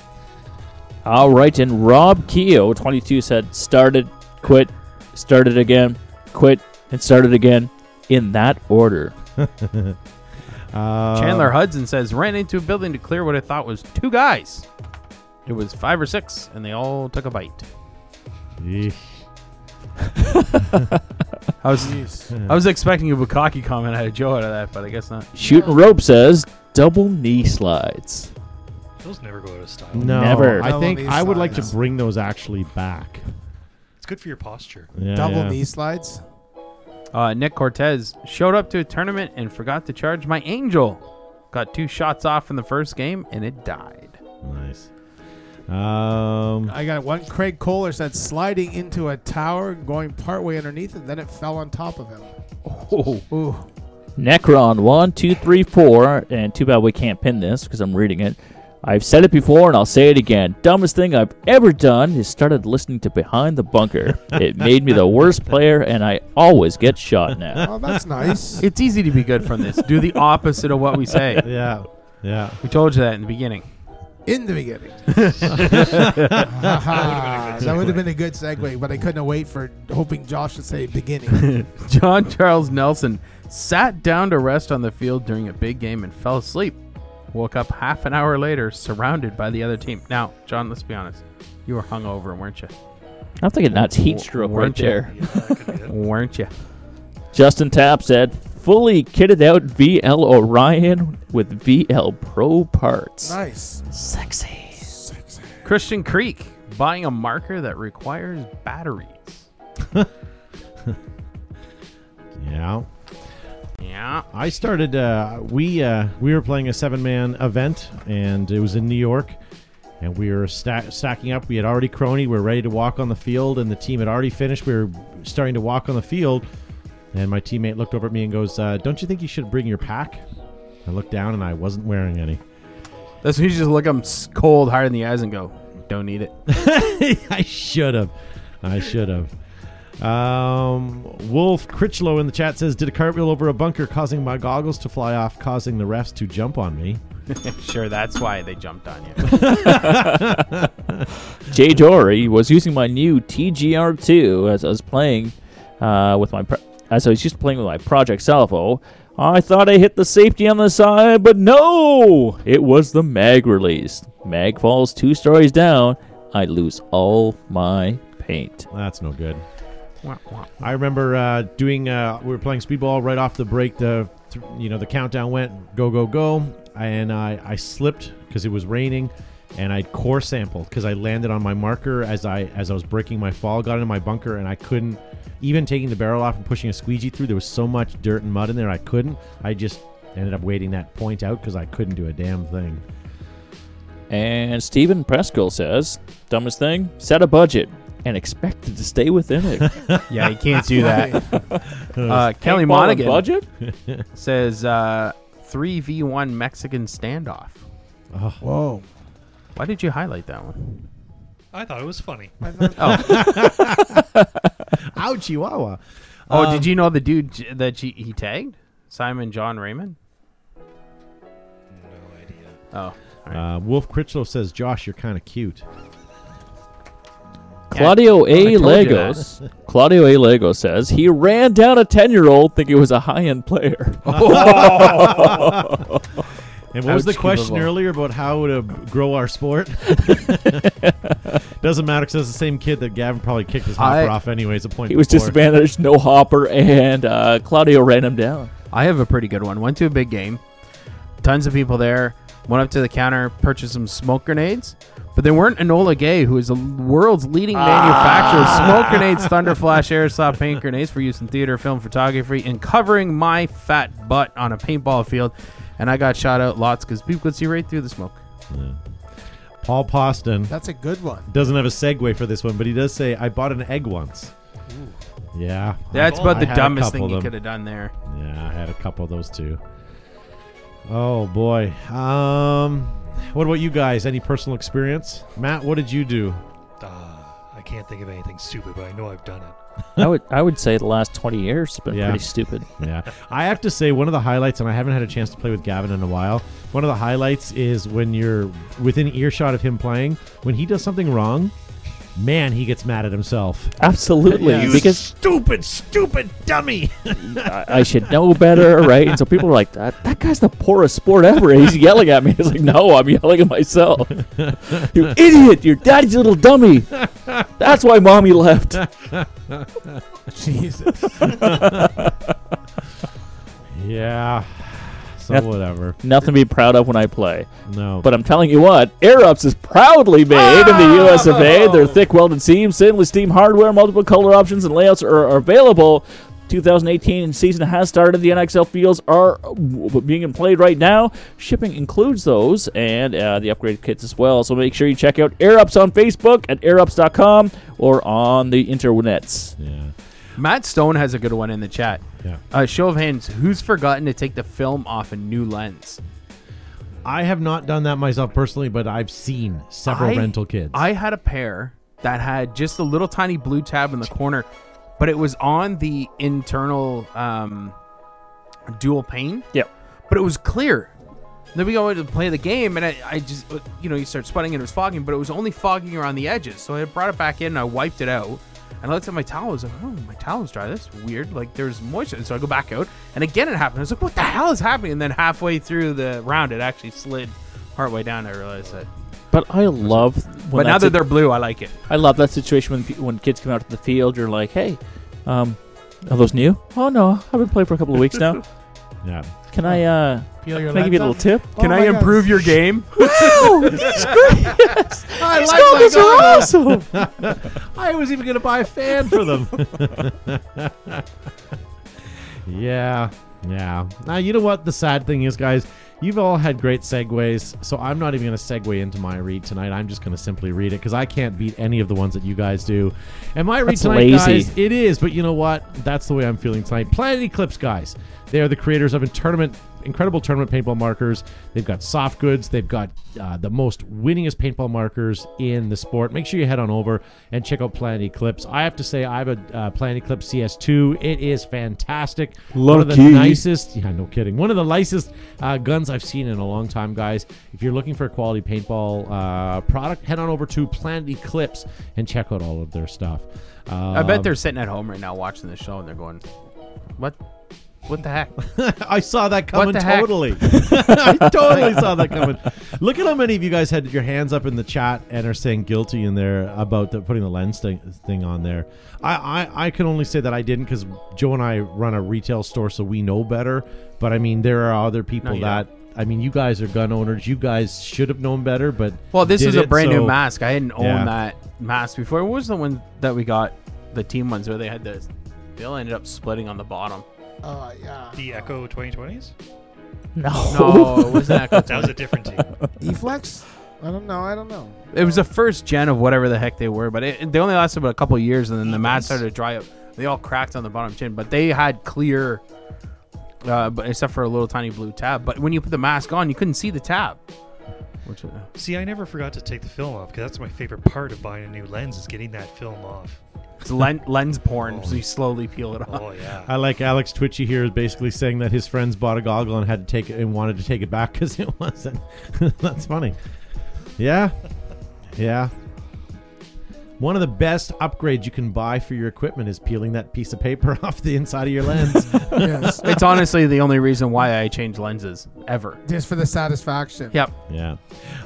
[SPEAKER 6] All right, and Rob Keogh, 22, said, started, quit, started again, quit, and started again in that order.
[SPEAKER 1] Uh,
[SPEAKER 3] Chandler Hudson says ran into a building to clear what I thought was two guys. It was five or six, and they all took a bite.
[SPEAKER 1] Eesh.
[SPEAKER 3] I was I was expecting a Bukaki comment out of Joe out of that, but I guess not.
[SPEAKER 6] Shooting Rope says, double knee slides.
[SPEAKER 5] Those never go out of style.
[SPEAKER 1] No,
[SPEAKER 6] Never.
[SPEAKER 1] I
[SPEAKER 4] Double
[SPEAKER 1] think
[SPEAKER 4] knee
[SPEAKER 1] I would like to
[SPEAKER 4] slides.
[SPEAKER 1] bring those actually back.
[SPEAKER 5] It's good for your posture.
[SPEAKER 1] Yeah,
[SPEAKER 4] Double
[SPEAKER 1] yeah.
[SPEAKER 4] knee slides.
[SPEAKER 3] Uh, Nick Cortez showed up to a tournament and forgot to charge my angel. Got two shots off in the first game and it died.
[SPEAKER 1] Nice. Um,
[SPEAKER 4] I got one. Craig Kohler said sliding into a tower, going partway underneath, and then it fell on top of him.
[SPEAKER 3] Oh,
[SPEAKER 4] Ooh.
[SPEAKER 6] Necron, one, two, three, four, and too bad we can't pin this because I'm reading it. I've said it before and I'll say it again. Dumbest thing I've ever done is started listening to Behind the Bunker. it made me the worst player, and I always get shot now.
[SPEAKER 4] Oh, that's nice.
[SPEAKER 3] it's easy to be good from this. Do the opposite of what we say.
[SPEAKER 1] yeah, yeah.
[SPEAKER 3] We told you that in the beginning.
[SPEAKER 4] in the beginning. that would have been a good segue, but I couldn't wait for hoping Josh would say beginning.
[SPEAKER 3] John Charles Nelson sat down to rest on the field during a big game and fell asleep. Woke up half an hour later, surrounded by the other team. Now, John, let's be honest. You were hungover, weren't you?
[SPEAKER 6] I'm thinking that's heat stroke right there.
[SPEAKER 3] weren't you?
[SPEAKER 6] Justin Tapp said, fully kitted out VL Orion with VL Pro parts.
[SPEAKER 4] nice.
[SPEAKER 6] Sexy.
[SPEAKER 3] Christian Creek buying a marker that requires batteries.
[SPEAKER 1] Yeah.
[SPEAKER 3] Yeah.
[SPEAKER 1] I started. Uh, we uh, we were playing a seven man event, and it was in New York, and we were sta- stacking up. We had already crony. We were ready to walk on the field, and the team had already finished. We were starting to walk on the field, and my teammate looked over at me and goes, uh, "Don't you think you should bring your pack?" I looked down, and I wasn't wearing any.
[SPEAKER 3] That's when you just look them s- cold, hard in the eyes, and go, "Don't need it."
[SPEAKER 1] I should have. I should have. Um, Wolf Critchlow in the chat says, "Did a cartwheel over a bunker, causing my goggles to fly off, causing the refs to jump on me."
[SPEAKER 3] sure, that's why they jumped on you.
[SPEAKER 6] Jay Dory was using my new TGR2 as I was playing uh, with my pro- as I was just playing with my Project Salvo. I thought I hit the safety on the side, but no, it was the mag release. Mag falls two stories down. I lose all my paint.
[SPEAKER 1] That's no good. I remember uh, doing. Uh, we were playing speedball right off the break. The th- you know the countdown went go go go, and I I slipped because it was raining, and I core sampled because I landed on my marker as I as I was breaking my fall, got into my bunker, and I couldn't even taking the barrel off and pushing a squeegee through. There was so much dirt and mud in there, I couldn't. I just ended up waiting that point out because I couldn't do a damn thing.
[SPEAKER 6] And Stephen Preskill says, dumbest thing, set a budget and expect it to stay within it.
[SPEAKER 3] yeah, you can't do that. Uh, Kelly
[SPEAKER 6] Paintball and
[SPEAKER 3] Monaghan
[SPEAKER 6] budget?
[SPEAKER 3] says uh, three v one Mexican standoff.
[SPEAKER 4] Whoa.
[SPEAKER 3] Why did you highlight that one?
[SPEAKER 5] I thought it was funny.
[SPEAKER 1] Ow, Chihuahua!
[SPEAKER 3] Oh, did you know the dude j- that she, he tagged Simon John Raymond?
[SPEAKER 5] No idea.
[SPEAKER 3] Oh,
[SPEAKER 1] Uh, Wolf Critchlow says, "Josh, you're kind of cute."
[SPEAKER 6] Claudio
[SPEAKER 3] I
[SPEAKER 6] A.
[SPEAKER 3] told you
[SPEAKER 6] Legos. Claudio A. Legos says he ran down a 10 year old thinking it was a high end player. Oh,
[SPEAKER 1] And what was the question
[SPEAKER 3] Ouchie-baba.
[SPEAKER 1] earlier about how to b- grow our sport? Doesn't matter because that's the same kid that Gavin probably kicked his hopper
[SPEAKER 3] I-
[SPEAKER 1] off anyways. A point.
[SPEAKER 6] he was
[SPEAKER 1] before.
[SPEAKER 6] disadvantaged, no hopper, and uh, Claudio ran him down.
[SPEAKER 3] I have a pretty good one. Went to a big game, tons of people there. Went up to the counter, purchased some smoke grenades, but they weren't Enola Gay, who is the world's leading
[SPEAKER 1] Ah.
[SPEAKER 3] manufacturer of smoke grenades, thunder flash, airsoft paint grenades for use in theater, film, photography, and covering my fat butt on a paintball field. And I got shot out lots because people could see right through the smoke.
[SPEAKER 1] Paul Poston
[SPEAKER 4] That's a good one.
[SPEAKER 1] doesn't have a segue for this one, but he does say, "I bought an egg once." Yeah,
[SPEAKER 3] That's
[SPEAKER 1] I-
[SPEAKER 3] about
[SPEAKER 1] I
[SPEAKER 3] the
[SPEAKER 1] had a couple
[SPEAKER 3] dumbest thing
[SPEAKER 1] of
[SPEAKER 3] you
[SPEAKER 1] them.
[SPEAKER 3] could have done there.
[SPEAKER 1] Yeah, I had a couple of those too. Oh boy. Um, what about you guys? Any personal experience? Matt, what did you do?
[SPEAKER 5] Ah, I can't think of anything stupid, but I know I've done it.
[SPEAKER 6] I would I would say the last 20 years has been
[SPEAKER 1] Yeah.
[SPEAKER 6] pretty stupid.
[SPEAKER 1] Yeah. I have to say, one of the highlights, and I haven't had a chance to play with Gavin in a while, one of the highlights is when you're within earshot of him playing, when he does something wrong, man, he gets mad at himself.
[SPEAKER 6] Absolutely.
[SPEAKER 1] You
[SPEAKER 6] Because
[SPEAKER 1] stupid, stupid dummy.
[SPEAKER 6] I, I should know better, right? And so people are like, that, that guy's the poorest sport ever. He's yelling at me. It's like, no, I'm yelling at myself. you idiot. Your daddy's a little dummy. That's why mommy left.
[SPEAKER 4] Jesus.
[SPEAKER 1] yeah. So
[SPEAKER 6] That's-
[SPEAKER 1] whatever.
[SPEAKER 6] Nothing to be proud of when I play.
[SPEAKER 1] No.
[SPEAKER 6] But uh, I'm telling you what, Air Ups is proudly made in
[SPEAKER 3] Oh!
[SPEAKER 6] the US of A. Their thick welded seams, stainless steam hardware, multiple color options, and layouts are, are available. 2018 season has started. The NXL fields are uh, w- being played right now. Shipping includes those and uh, the upgraded kits as well. So make sure you check out Air Ups on Facebook at airups.com or on the internets.
[SPEAKER 1] yeah.
[SPEAKER 3] Matt Stone has a good one in the chat.
[SPEAKER 1] Yeah.
[SPEAKER 3] Uh, show of hands, who's forgotten to take the film off a new lens?
[SPEAKER 1] I have not done that myself personally, but I've seen several
[SPEAKER 3] I-
[SPEAKER 1] rental kids.
[SPEAKER 3] I had a pair that had just a little tiny blue tab in the corner, but it was on the internal um, dual pane,
[SPEAKER 6] Yep.
[SPEAKER 3] but it was clear. Then we go in to play the game, and I, I just, you know, you start sputting and it was fogging, but it was only fogging around the edges. So I brought it back in and I wiped it out. And I looked at my towel. I was like, oh, my towel's dry. That's weird. Like, there's moisture. And so I go back out, and again it happened. I was like, what the hell is happening? And then halfway through the round, it actually slid partway down. I realized that.
[SPEAKER 6] But I love.
[SPEAKER 3] but now
[SPEAKER 6] that's
[SPEAKER 3] that
[SPEAKER 6] a-
[SPEAKER 3] they're blue, I like it.
[SPEAKER 6] I love that situation when pe- when kids come out to the field. You're like, hey, um, are those new? Oh no, I've been playing for a couple of weeks now.
[SPEAKER 1] yeah.
[SPEAKER 6] Can I uh,
[SPEAKER 3] Peel your
[SPEAKER 6] can I give you a little
[SPEAKER 3] legs
[SPEAKER 6] tip?
[SPEAKER 1] Oh
[SPEAKER 3] Can I improve your game?
[SPEAKER 6] Wow, these great. Yes.
[SPEAKER 4] I like
[SPEAKER 6] these
[SPEAKER 4] my
[SPEAKER 6] goggles are
[SPEAKER 4] goggles.
[SPEAKER 6] awesome.
[SPEAKER 1] I was even going to buy a fan for them. yeah, yeah. Now, you know what the sad thing is, guys? You've all had great segues, so I'm not even going to segue into my read tonight. I'm just going to simply read it because I can't beat any of the ones that you guys do. And my read
[SPEAKER 6] That's
[SPEAKER 1] tonight,
[SPEAKER 6] lazy.
[SPEAKER 1] guys, it is, but you know what? That's the way I'm feeling tonight. Planet Eclipse, guys. They are the creators of a tournament, incredible tournament paintball markers. They've got soft goods. They've got uh, the most winningest paintball markers in the sport. Make sure you head on over and check out Planet Eclipse. I have to say, I have a uh, Planet Eclipse CS2. It is fantastic. One of the
[SPEAKER 6] Lucky.
[SPEAKER 1] nicest, yeah, no kidding. One of the nicest uh, guns I've seen in a long time, guys. If you're looking for a quality paintball uh, product, head on over to Planet Eclipse and check out all of their stuff.
[SPEAKER 3] I bet
[SPEAKER 1] Um,
[SPEAKER 3] they're sitting at home right now watching the show, and they're going, what? What the heck?
[SPEAKER 1] I saw that coming
[SPEAKER 3] the heck?
[SPEAKER 1] totally. I totally saw that coming. Look at how many of you guys had your hands up in the chat and are saying guilty in there about the, putting the lens thing, thing on there. I, I, I can only say that I didn't because Joe and I run a retail store, so we know better. But I mean, there are other people
[SPEAKER 3] you
[SPEAKER 1] that. I mean, you guys are gun owners. You guys should have known better, but
[SPEAKER 3] Well, this
[SPEAKER 1] did
[SPEAKER 3] is a
[SPEAKER 1] it,
[SPEAKER 3] brand
[SPEAKER 1] so-
[SPEAKER 3] new mask. I didn't own
[SPEAKER 1] Yeah.
[SPEAKER 3] that mask before. What was the one that we got? The team ones where they had the. They all ended up splitting on the bottom.
[SPEAKER 4] Oh yeah.
[SPEAKER 5] The Echo 2020s?
[SPEAKER 3] No, it wasn't that.
[SPEAKER 5] That was a different team.
[SPEAKER 4] Eflex? I don't know. I don't know.
[SPEAKER 3] It was the first gen of whatever the heck they were, but it, they only lasted about a couple of years, and then the mask started to dry up. They all cracked on the bottom chin, but they had clear, uh, but except for a little tiny blue tab. But when you put the mask on, you couldn't see the tab. Which, uh,
[SPEAKER 5] See, I never forgot to take the film off because that's my favorite part of buying a new lens is getting that film off.
[SPEAKER 3] it's len- lens porn, so you slowly peel it off.
[SPEAKER 5] Oh yeah.
[SPEAKER 1] I like Alex Twitchy here is basically saying that his friends bought a goggle and had to take it and wanted to take it back because it wasn't. That's funny. Yeah, yeah. One of the best upgrades you can buy for your equipment is peeling that piece of paper off the inside of your lens.
[SPEAKER 4] yes.
[SPEAKER 3] it's honestly the only reason why I change lenses ever.
[SPEAKER 4] Just for the satisfaction.
[SPEAKER 3] Yep.
[SPEAKER 1] yeah.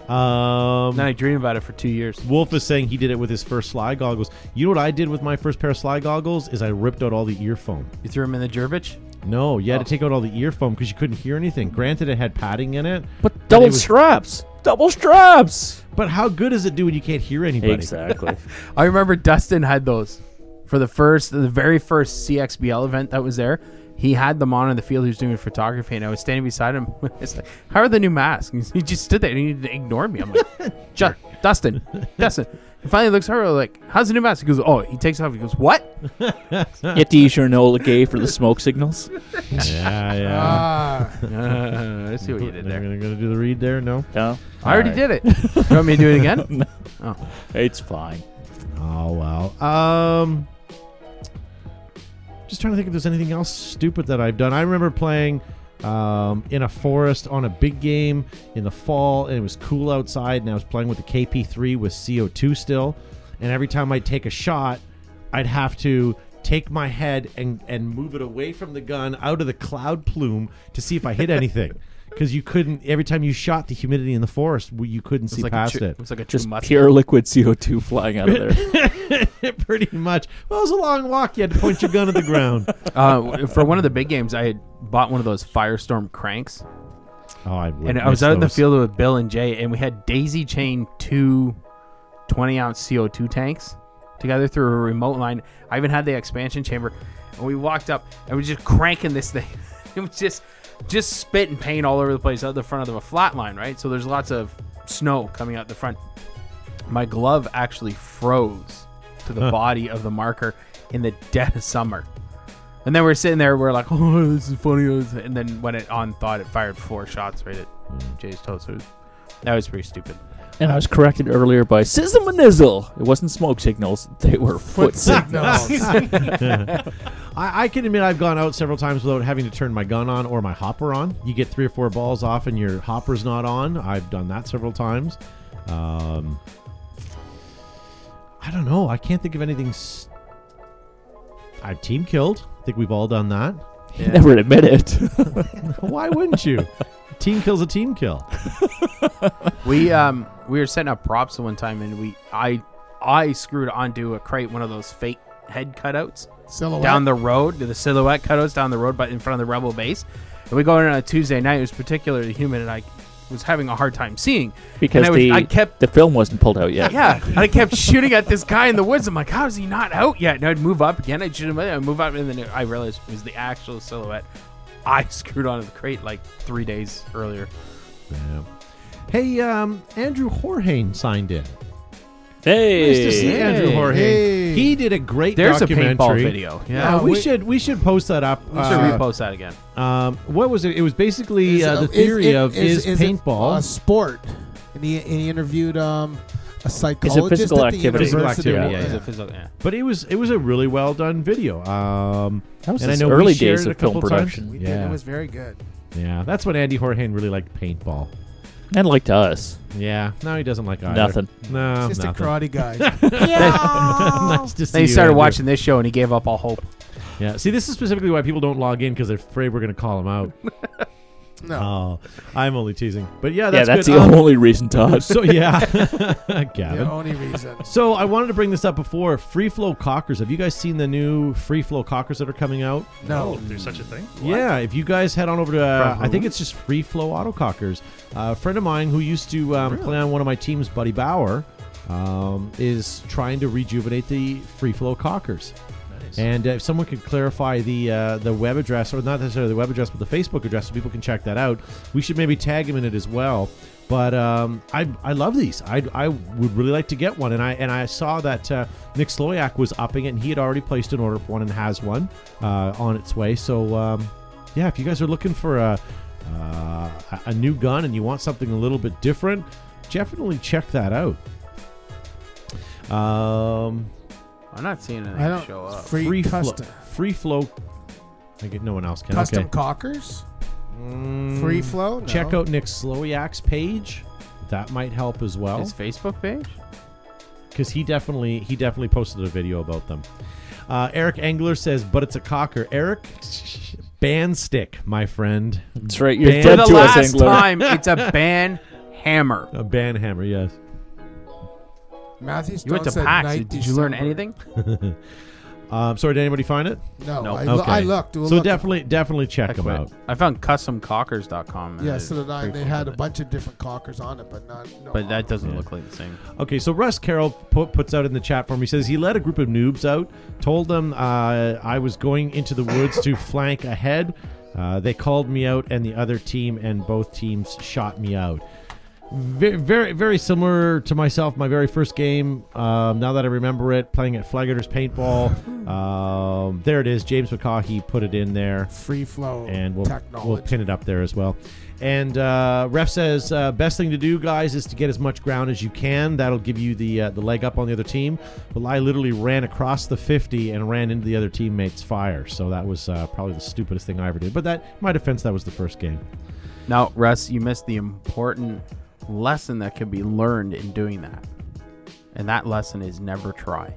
[SPEAKER 1] Um,
[SPEAKER 3] Then I dream about it for two years.
[SPEAKER 1] Wolf is saying he did it with his first Sly goggles. You know what I did with my first pair of Sly goggles is I ripped out all the ear foam.
[SPEAKER 3] You threw him in the Jervich?
[SPEAKER 1] No, you had to take out all the ear foam because you couldn't hear anything. Granted, it had padding in it,
[SPEAKER 6] But double
[SPEAKER 1] was-
[SPEAKER 6] straps. Double straps.
[SPEAKER 1] But how good does it do when you can't hear anybody?
[SPEAKER 6] Exactly.
[SPEAKER 3] I remember Dustin had those for the first, the very first CXBL event that was there. He had them on in the field. He was doing photography, and I was standing beside him. It's like, how are the new masks? And he just stood there and he ignored me. I'm like, Ju- Dustin, Dustin. And finally, he looks over like, how's the new mask? He goes, oh, he takes it off. He goes, what?
[SPEAKER 6] you have to use your Nola Gay for the smoke signals.
[SPEAKER 1] Yeah, yeah.
[SPEAKER 4] Ah,
[SPEAKER 3] Uh, I see what you did
[SPEAKER 1] They're
[SPEAKER 3] there.
[SPEAKER 1] gonna, gonna do the read there. No.
[SPEAKER 6] No,
[SPEAKER 3] I already did it. You want me to do it again?
[SPEAKER 6] It's fine.
[SPEAKER 1] Oh well. Um, just trying to think if there's anything else stupid that I've done. I remember playing um, in a forest on a big game in the fall, and it was cool outside, and I was playing with the KP3 with CO2 still, and every time I'd take a shot, I'd have to take my head and and move it away from the gun out of the cloud plume to see if I hit anything. Because you couldn't every time you shot the humidity in the forest, w- you couldn't see
[SPEAKER 3] like
[SPEAKER 1] past
[SPEAKER 3] a true,
[SPEAKER 1] it.
[SPEAKER 3] It's like a true
[SPEAKER 6] Just
[SPEAKER 3] mustard.
[SPEAKER 6] pure liquid CO2 flying out of there.
[SPEAKER 1] pretty much. Well, it was a long walk. You had to point your gun at the ground.
[SPEAKER 3] Uh, for one of the big games, I had bought one of those Firestorm cranks.
[SPEAKER 1] Oh, I would
[SPEAKER 3] and I was out in the field with Bill and Jay, and we had daisy chain two 20 ounce CO2 tanks together through a remote line. I even had the expansion chamber, and we walked up and we just cranking this thing. it was just just spit and paint all over the place out the front of a flat line, right? So there's lots of snow coming out the front. My glove actually froze to the body of the marker in the dead of summer. And then we're sitting there, we're like, oh, this is funny. And then when it on thought, it fired four shots right at Jay's toes. So it- that was pretty stupid.
[SPEAKER 6] And I was corrected earlier by Sism and Nizzle. It wasn't smoke signals; they were foot, signals.
[SPEAKER 1] I, I can admit I've gone out several times without having to turn my gun on or my hopper on. You get three or four balls off and your hopper's not on. I've done that several times. Um, I don't know. I can't think of anything. S- I've team killed. I think we've all done that.
[SPEAKER 6] You never would admit it.
[SPEAKER 1] Why wouldn't you? team kill's a team kill.
[SPEAKER 3] We um we were setting up props one time and we I I screwed onto a crate one of those fake head cutouts
[SPEAKER 6] Oh,
[SPEAKER 4] Silhouette.
[SPEAKER 3] down the road the silhouette cutouts down the road but in front of the rebel base and we go in on a Tuesday night it was particularly humid and I was having a hard time seeing
[SPEAKER 6] because
[SPEAKER 3] and I, was-
[SPEAKER 6] the
[SPEAKER 3] I kept
[SPEAKER 6] the film wasn't pulled out yet.
[SPEAKER 3] yeah and I kept shooting at this guy in the woods I'm like how is he not out yet and I'd move up again I'd shoot him I move up and then I realized it was the actual silhouette I screwed onto the crate like three days earlier
[SPEAKER 1] Yeah. Hey, um, Andrew Horhane signed in.
[SPEAKER 6] Hey,
[SPEAKER 1] Nice to see Andrew Horhane.
[SPEAKER 4] Hey.
[SPEAKER 1] He did a great
[SPEAKER 3] There's a
[SPEAKER 1] documentary.
[SPEAKER 3] paintball video.
[SPEAKER 1] Yeah,
[SPEAKER 3] Yeah.
[SPEAKER 1] we,
[SPEAKER 4] we-
[SPEAKER 1] should we should post that up.
[SPEAKER 3] We should
[SPEAKER 1] Uh,
[SPEAKER 3] repost that again.
[SPEAKER 1] Um, what was it? It was basically
[SPEAKER 4] Is,
[SPEAKER 1] uh, the
[SPEAKER 4] uh,
[SPEAKER 1] theory
[SPEAKER 4] it-
[SPEAKER 1] of is,
[SPEAKER 4] it
[SPEAKER 1] paintball.
[SPEAKER 4] a sport? And he, and he interviewed um, a psychologist.
[SPEAKER 6] physical
[SPEAKER 4] at the
[SPEAKER 6] activity.
[SPEAKER 1] Physical
[SPEAKER 4] university.
[SPEAKER 1] activity,
[SPEAKER 4] Yeah.
[SPEAKER 1] yeah,
[SPEAKER 3] It's a physical- yeah.
[SPEAKER 1] but it was it was a really well done video. Um,
[SPEAKER 6] That was
[SPEAKER 1] and I
[SPEAKER 6] his
[SPEAKER 1] know we
[SPEAKER 6] early
[SPEAKER 1] shared
[SPEAKER 6] days
[SPEAKER 1] it a
[SPEAKER 6] of film
[SPEAKER 1] couple times.
[SPEAKER 6] production.
[SPEAKER 4] We did.
[SPEAKER 1] Yeah,
[SPEAKER 4] It was very good.
[SPEAKER 1] yeah, that's when Andy Horhane really liked paintball.
[SPEAKER 6] and like to us,
[SPEAKER 1] Yeah, no, he doesn't like either.
[SPEAKER 6] nothing.
[SPEAKER 1] No,
[SPEAKER 4] Just
[SPEAKER 1] nothing.
[SPEAKER 4] a karate guy.
[SPEAKER 1] nice to see.
[SPEAKER 3] Then he
[SPEAKER 1] you,
[SPEAKER 3] started
[SPEAKER 1] Andrew.
[SPEAKER 3] watching this show and he gave up all hope.
[SPEAKER 1] Yeah, see, this is specifically why people don't log in because they're afraid we're going to call them out.
[SPEAKER 4] No.
[SPEAKER 1] Oh, I'm only teasing. But
[SPEAKER 3] Oh,
[SPEAKER 1] yeah,
[SPEAKER 6] yeah,
[SPEAKER 1] that's
[SPEAKER 6] that's
[SPEAKER 1] good.
[SPEAKER 6] the
[SPEAKER 1] Um,
[SPEAKER 6] only reason, Todd.
[SPEAKER 1] So yeah,
[SPEAKER 4] the
[SPEAKER 1] Gavin.
[SPEAKER 4] only reason.
[SPEAKER 1] So I wanted to bring this up before Free Flow Cockers. Have you guys seen the new Free Flow Cockers that are coming out?
[SPEAKER 5] Oh,
[SPEAKER 4] No.
[SPEAKER 5] if there's such a thing.
[SPEAKER 1] Yeah, if you guys head on over to, uh,
[SPEAKER 3] From
[SPEAKER 1] I think
[SPEAKER 3] who?
[SPEAKER 1] it's just Free Flow Autocockers. Uh, a friend of mine who used to um, play on one of my teams, Buddy Bauer, um, is trying to rejuvenate the Free Flow Cockers.
[SPEAKER 5] Nice.
[SPEAKER 1] And uh, if someone could clarify the uh, the web address, or not necessarily the web address, but the Facebook address, so people can check that out. We should maybe tag him in it as well. But um, I I love these. I, I would really like to get one. And I and I saw that uh, Nick Sloyak was upping it, and he had already placed an order for one and has one uh, on its way. So um, yeah, if you guys are looking for a uh, a- a new gun and you want something a little bit different, definitely check that out. Um,
[SPEAKER 3] I'm not seeing anything
[SPEAKER 4] I don't.
[SPEAKER 3] show up.
[SPEAKER 4] Free,
[SPEAKER 1] free
[SPEAKER 4] custom.
[SPEAKER 1] flow. Free flow. I get no one else can.
[SPEAKER 4] Custom
[SPEAKER 1] okay.
[SPEAKER 4] cockers?
[SPEAKER 1] Mm,
[SPEAKER 4] Free flow? No.
[SPEAKER 1] Check out Nick Slowiak's page. That might help as well
[SPEAKER 3] His Facebook page?
[SPEAKER 1] because he definitely he definitely posted a video about them. Uh, Eric Engler says, "But it's a cocker." Eric, ban stick, my friend.
[SPEAKER 6] That's right. You're
[SPEAKER 1] Banned.
[SPEAKER 3] For
[SPEAKER 6] dead
[SPEAKER 3] the
[SPEAKER 6] to us,
[SPEAKER 3] last
[SPEAKER 6] Engler.
[SPEAKER 3] time, it's a ban hammer.
[SPEAKER 1] A ban hammer, yes.
[SPEAKER 4] Matthew Stone
[SPEAKER 3] You went to
[SPEAKER 4] said
[SPEAKER 3] PAX.
[SPEAKER 4] night
[SPEAKER 3] Did you learn
[SPEAKER 4] December.
[SPEAKER 3] anything?
[SPEAKER 1] Um, sorry, did anybody find it?
[SPEAKER 4] No.
[SPEAKER 3] No.
[SPEAKER 4] I,
[SPEAKER 1] Okay,
[SPEAKER 4] I looked. We'll
[SPEAKER 1] so
[SPEAKER 4] look.
[SPEAKER 1] definitely, definitely check
[SPEAKER 3] Heck,
[SPEAKER 1] them
[SPEAKER 3] wait.
[SPEAKER 1] out.
[SPEAKER 3] I found customcockers.com. and
[SPEAKER 4] Yeah, so did I.
[SPEAKER 3] pretty
[SPEAKER 4] They
[SPEAKER 3] cool
[SPEAKER 4] had a
[SPEAKER 3] with it.
[SPEAKER 4] bunch of different cockers on it, but not. No
[SPEAKER 3] But that doesn't
[SPEAKER 1] Yeah.
[SPEAKER 3] look like the same.
[SPEAKER 1] Okay, so Russ Carroll pu- puts out in the chat form. He says he led a group of noobs out, told them uh, I was going into the woods to flank ahead. Uh, they called me out, and the other team and both teams shot me out. Very, very, very similar to myself. My very first game. Um, now that I remember it, playing at Flagger's paintball. Um, there it is. James McCaughey put it in there
[SPEAKER 4] free flow
[SPEAKER 1] and we'll
[SPEAKER 4] technology.
[SPEAKER 1] we'll pin it up there as well. And uh, ref says uh, best thing to do, guys, is to get as much ground as you can. That'll give you the uh, the leg up on the other team. Well, I literally ran across the 50 and ran into the other teammate's fire, so that was uh, probably the stupidest thing I ever did. But that, in my defense, that was the first game.
[SPEAKER 3] Now, Russ, you missed the important lesson that can be learned in doing that. And that lesson is never try.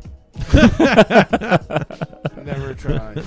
[SPEAKER 4] Never tried.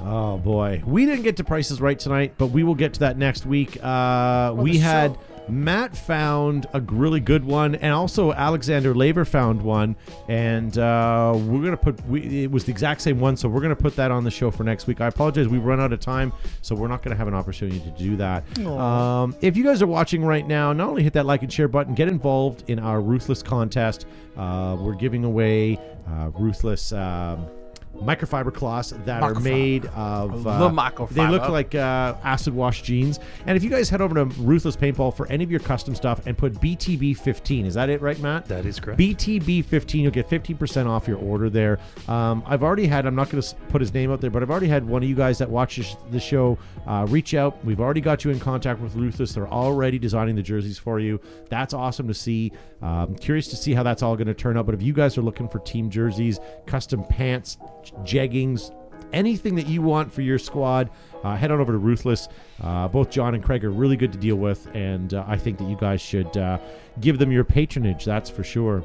[SPEAKER 1] Oh boy, we didn't get to prices right tonight, but we will get to that next week. Uh, we
[SPEAKER 4] the show.
[SPEAKER 1] had Matt found a really good one, and also Alexander Labor found one, and uh, we're gonna put we, it was the exact same one, so we're gonna put that on the show for next week. I apologize, we run out of time, so we're not gonna have an opportunity to do that. Um, if you guys are watching right now, not only hit that like and share button, get involved in our ruthless contest. Uh, we're giving away uh, ruthless. Um, microfiber cloths that are
[SPEAKER 3] Microfiber.
[SPEAKER 1] made of. uh,
[SPEAKER 3] I love microfiber.
[SPEAKER 1] They look like uh, acid wash jeans. And if you guys head over to Ruthless Paintball for any of your custom stuff and put BTB15, is that it, right, Matt?
[SPEAKER 5] That is correct.
[SPEAKER 1] BTB15, you'll get 15% off your order there. Um, I've already had, I'm not going to put his name out there, but I've already had one of you guys that watches the show uh, reach out. We've already got you in contact with Ruthless. They're already designing the jerseys for you. That's awesome to see. Um, curious to see how that's all going to turn out. But if you guys are looking for team jerseys, custom pants, jeggings, anything that you want for your squad, uh, head on over to Ruthless. Uh, both John and Craig are really good to deal with, and uh, I think that you guys should uh, give them your patronage. That's for sure.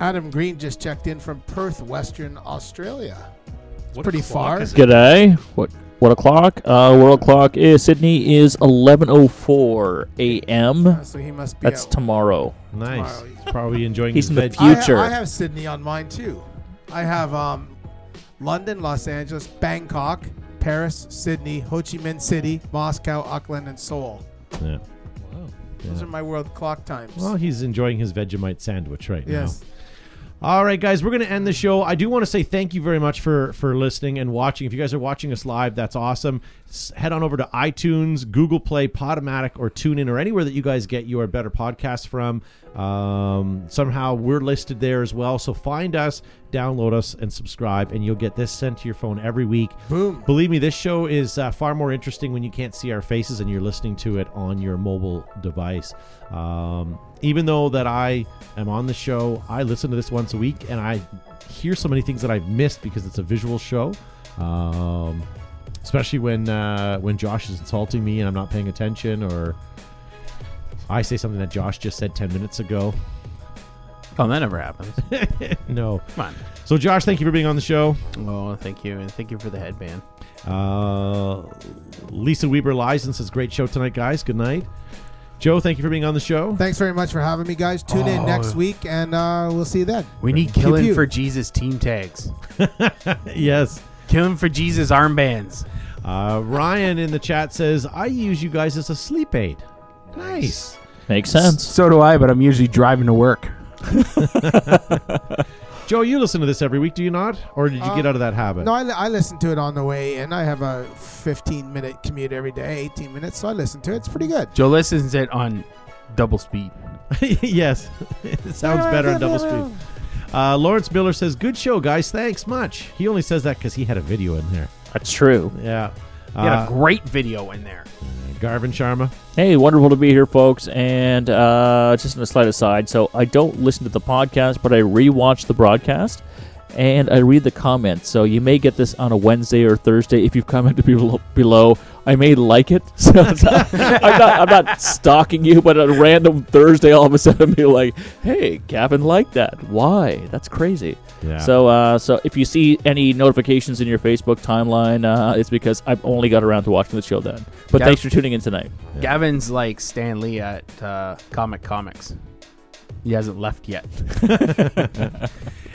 [SPEAKER 4] Adam Green just checked in from Perth, Western Australia. It's
[SPEAKER 5] What
[SPEAKER 4] pretty
[SPEAKER 5] o'clock
[SPEAKER 4] far.
[SPEAKER 5] is it?
[SPEAKER 6] G'day. What what o'clock? Uh, world clock is Sydney is eleven oh four a.m.
[SPEAKER 4] Uh, So he must be.
[SPEAKER 6] That's
[SPEAKER 4] out.
[SPEAKER 6] tomorrow.
[SPEAKER 1] Nice.
[SPEAKER 4] Tomorrow.
[SPEAKER 1] He's probably enjoying
[SPEAKER 6] He's
[SPEAKER 1] his
[SPEAKER 6] in the
[SPEAKER 1] veg.
[SPEAKER 6] future.
[SPEAKER 4] I, ha- I have Sydney on mine too. I have um, London, Los Angeles, Bangkok, Paris, Sydney, Ho Chi Minh City, Moscow, Auckland, and Seoul.
[SPEAKER 1] Yeah.
[SPEAKER 5] Wow.
[SPEAKER 4] Those are my world clock times.
[SPEAKER 1] Well, he's enjoying his Vegemite sandwich right now.
[SPEAKER 4] yes.
[SPEAKER 1] All right, guys, we're going to end the show. I do want to say thank you very much for for listening and watching. If you guys are watching us live, that's awesome. S- head on over to iTunes, Google Play, Podomatic, or TuneIn, or anywhere that you guys get your better podcasts from. Um, somehow we're listed there as well. So find us, download us, and subscribe, and you'll get this sent to your phone every week.
[SPEAKER 4] Boom.
[SPEAKER 1] Believe me, this show is uh, far more interesting when you can't see our faces and you're listening to it on your mobile device. Um, even though that I am on the show, I listen to this once a week and I hear so many things that I've missed because it's a visual show. Um, especially when uh, when Josh is insulting me and I'm not paying attention, or I say something that Josh just said ten minutes ago.
[SPEAKER 3] Oh, that never happens.
[SPEAKER 1] No.
[SPEAKER 3] Come
[SPEAKER 1] So, Josh, thank you for being on the show.
[SPEAKER 3] on. Oh, thank you, and thank you for the headband.
[SPEAKER 1] Uh, Lisa Weber License says, Great show tonight, guys. Good night. Joe, thank you for being on the show.
[SPEAKER 4] Thanks very much for having me, guys. Tune in next week, and uh, we'll see you then.
[SPEAKER 3] We need
[SPEAKER 4] Keep
[SPEAKER 3] killing
[SPEAKER 4] you.
[SPEAKER 3] for Jesus team tags,
[SPEAKER 1] yes.
[SPEAKER 3] killing for Jesus armbands.
[SPEAKER 1] Uh, Ryan in the chat says, I use you guys as a sleep aid. Nice.
[SPEAKER 6] Makes sense.
[SPEAKER 3] So do I, but I'm usually driving to work.
[SPEAKER 1] Joe, you listen to this every week, do you not? Or did you get
[SPEAKER 4] Uh,
[SPEAKER 1] out of that habit?
[SPEAKER 4] No, I, li- I listen to it on the way, and I have a 15 minute commute every day, 18 minutes, so I listen to it. It's pretty good.
[SPEAKER 3] Joe listens it on double speed.
[SPEAKER 1] yes. it sounds better on double speed. Uh, Lawrence Miller says, Good show, guys. Thanks much. He only says that because he had a video in there.
[SPEAKER 6] That's true.
[SPEAKER 1] Yeah.
[SPEAKER 3] He had a
[SPEAKER 1] Uh,
[SPEAKER 3] great video in there.
[SPEAKER 1] Garvin Sharma.
[SPEAKER 6] Hey, wonderful to be here, folks. And uh, just on a slight aside, so I don't listen to the podcast, but I rewatch the broadcast and I read the comments. So you may get this on a Wednesday or Thursday if you've commented below. below. I may like it. So it's not- I'm, not, I'm not stalking you, but on a random Thursday, all of a sudden, be like, hey, Gavin liked that. Why? That's crazy.
[SPEAKER 1] Yeah.
[SPEAKER 6] So, uh, so if you see any notifications in your Facebook timeline, uh, it's because I've only got around to watching the show then. But
[SPEAKER 3] Yeah.
[SPEAKER 6] thanks for tuning in tonight.
[SPEAKER 3] Gavin's like Stan Lee at uh, Comic Comics. He hasn't left yet.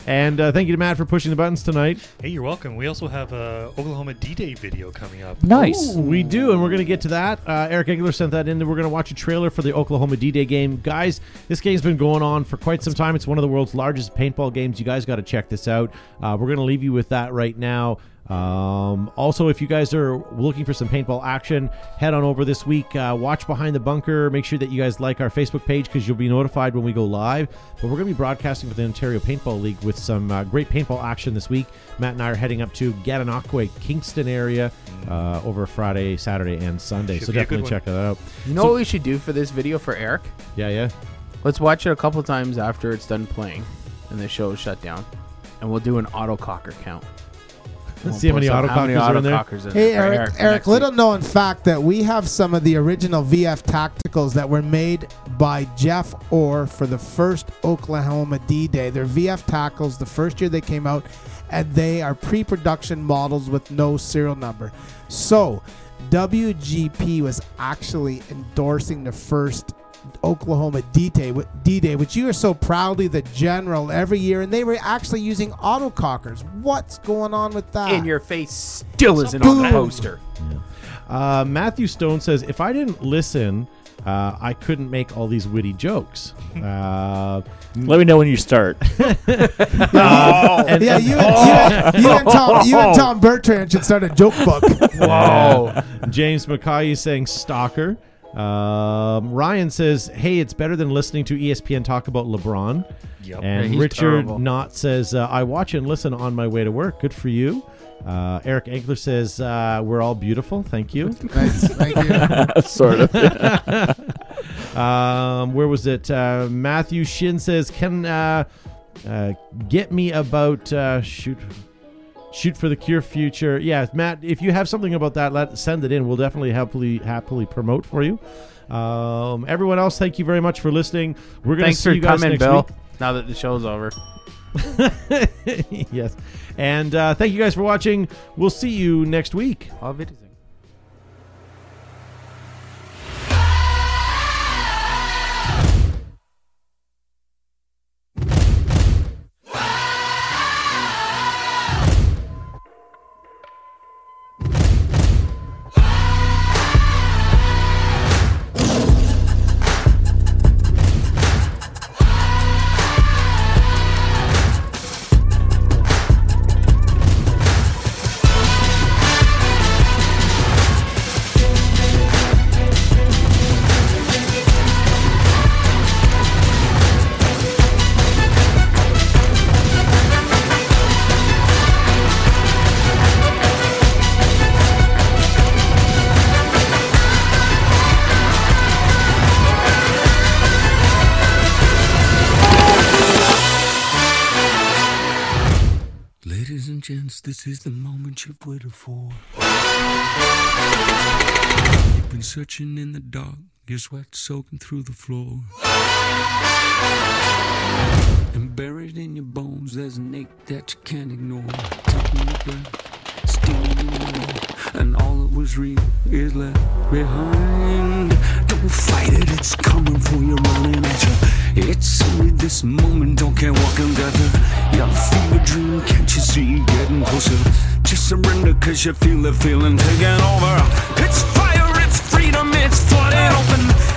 [SPEAKER 1] And uh, thank you to Matt for pushing the buttons tonight.
[SPEAKER 5] Hey, you're welcome. We also have a Oklahoma D-Day video coming up.
[SPEAKER 6] Nice.
[SPEAKER 1] Ooh, we do, and we're going to get to that. Uh, Eric Engler sent that in. We're going to watch a trailer for the Oklahoma D-Day game. Guys, this game's been going on for quite some time. It's one of the world's largest paintball games. You guys got to check this out. Uh, we're going to leave you with that right now. Um, also, if you guys are looking for some paintball action, head on over this week. Uh, watch Behind the Bunker. Make sure that you guys like our Facebook page because you'll be notified when we go live. But we're going to be broadcasting for the Ontario Paintball League with some uh, great paintball action this week. Matt and I are heading up to Gananoque, Kingston area uh, over Friday, Saturday, and Sunday.
[SPEAKER 5] Should
[SPEAKER 1] so
[SPEAKER 5] be a
[SPEAKER 1] definitely
[SPEAKER 5] good
[SPEAKER 1] check that out.
[SPEAKER 3] You know what we should do for this video for Eric?
[SPEAKER 1] Yeah, yeah.
[SPEAKER 3] Let's watch it a couple times after it's done playing and the show is shut down. And we'll do an autococker count. We'll
[SPEAKER 1] see how many
[SPEAKER 3] post up
[SPEAKER 1] autocockers are in there.
[SPEAKER 3] autocockers in
[SPEAKER 4] Hey,
[SPEAKER 3] there for
[SPEAKER 4] Eric,
[SPEAKER 3] for
[SPEAKER 4] Eric
[SPEAKER 3] next
[SPEAKER 4] little
[SPEAKER 3] week.
[SPEAKER 4] known fact that we have some of the original VF tacticals that were made by Jeff Orr for the first Oklahoma D Day. They're VF tackles, the first year they came out, and they are pre production models with no serial number. So, WGP was actually endorsing the first Oklahoma D-Day, wh- D-Day, which you are so proudly the general every year, and they were actually using autocockers. What's going on with that?
[SPEAKER 3] In your face still isn't on
[SPEAKER 4] Boom.
[SPEAKER 3] the poster.
[SPEAKER 1] Uh, Matthew Stone says, if I didn't listen, uh, I couldn't make all these witty jokes. Uh,
[SPEAKER 6] Let me know when you start.
[SPEAKER 4] yeah, you and, you, and, you and Tom, you and Tom Bertrand should start a joke book.
[SPEAKER 3] Oh.
[SPEAKER 1] Whoa. James McCauley saying stalker. Um, Ryan says, hey, it's better than listening to E ESPN talk about LeBron.
[SPEAKER 11] Yep.
[SPEAKER 3] Yeah,
[SPEAKER 1] And
[SPEAKER 3] he's
[SPEAKER 1] Richard
[SPEAKER 3] terrible.
[SPEAKER 1] Knott says, uh, I watch and listen on my way to work. Good for you. Uh, Eric Engler says, uh, we're all beautiful. Thank you.
[SPEAKER 4] Nice, thank you.
[SPEAKER 6] sort of.
[SPEAKER 1] Um, where was it? Uh, Matthew Shin says, "Can uh, uh, get me about uh, shoot, shoot for the cure future." Yeah, Matt, if you have something about that, let send it in. We'll definitely happily happily promote for you. Um, everyone else, thank you very much for listening. We're gonna
[SPEAKER 3] Thanks
[SPEAKER 1] see
[SPEAKER 3] for
[SPEAKER 1] you guys
[SPEAKER 3] coming,
[SPEAKER 1] next
[SPEAKER 3] Bill. Now that the show's over.
[SPEAKER 1] week. yes, and uh, thank you guys for watching. We'll see you next week.
[SPEAKER 3] All videos.
[SPEAKER 2] Ladies and gents, this is the moment you've waited for. You've been searching in the dark, your sweat soaking through the floor. And buried in your bones, there's an ache that you can't ignore. Taking your breath, stealing your mind, and all that was real is left behind. Don't fight it, it's coming for you, running at you. It's only this moment, don't care what can gather. Your fever dream, can't you see it getting closer? Just surrender, cause you feel the feeling taking over. It's fire, it's freedom, it's flooded open.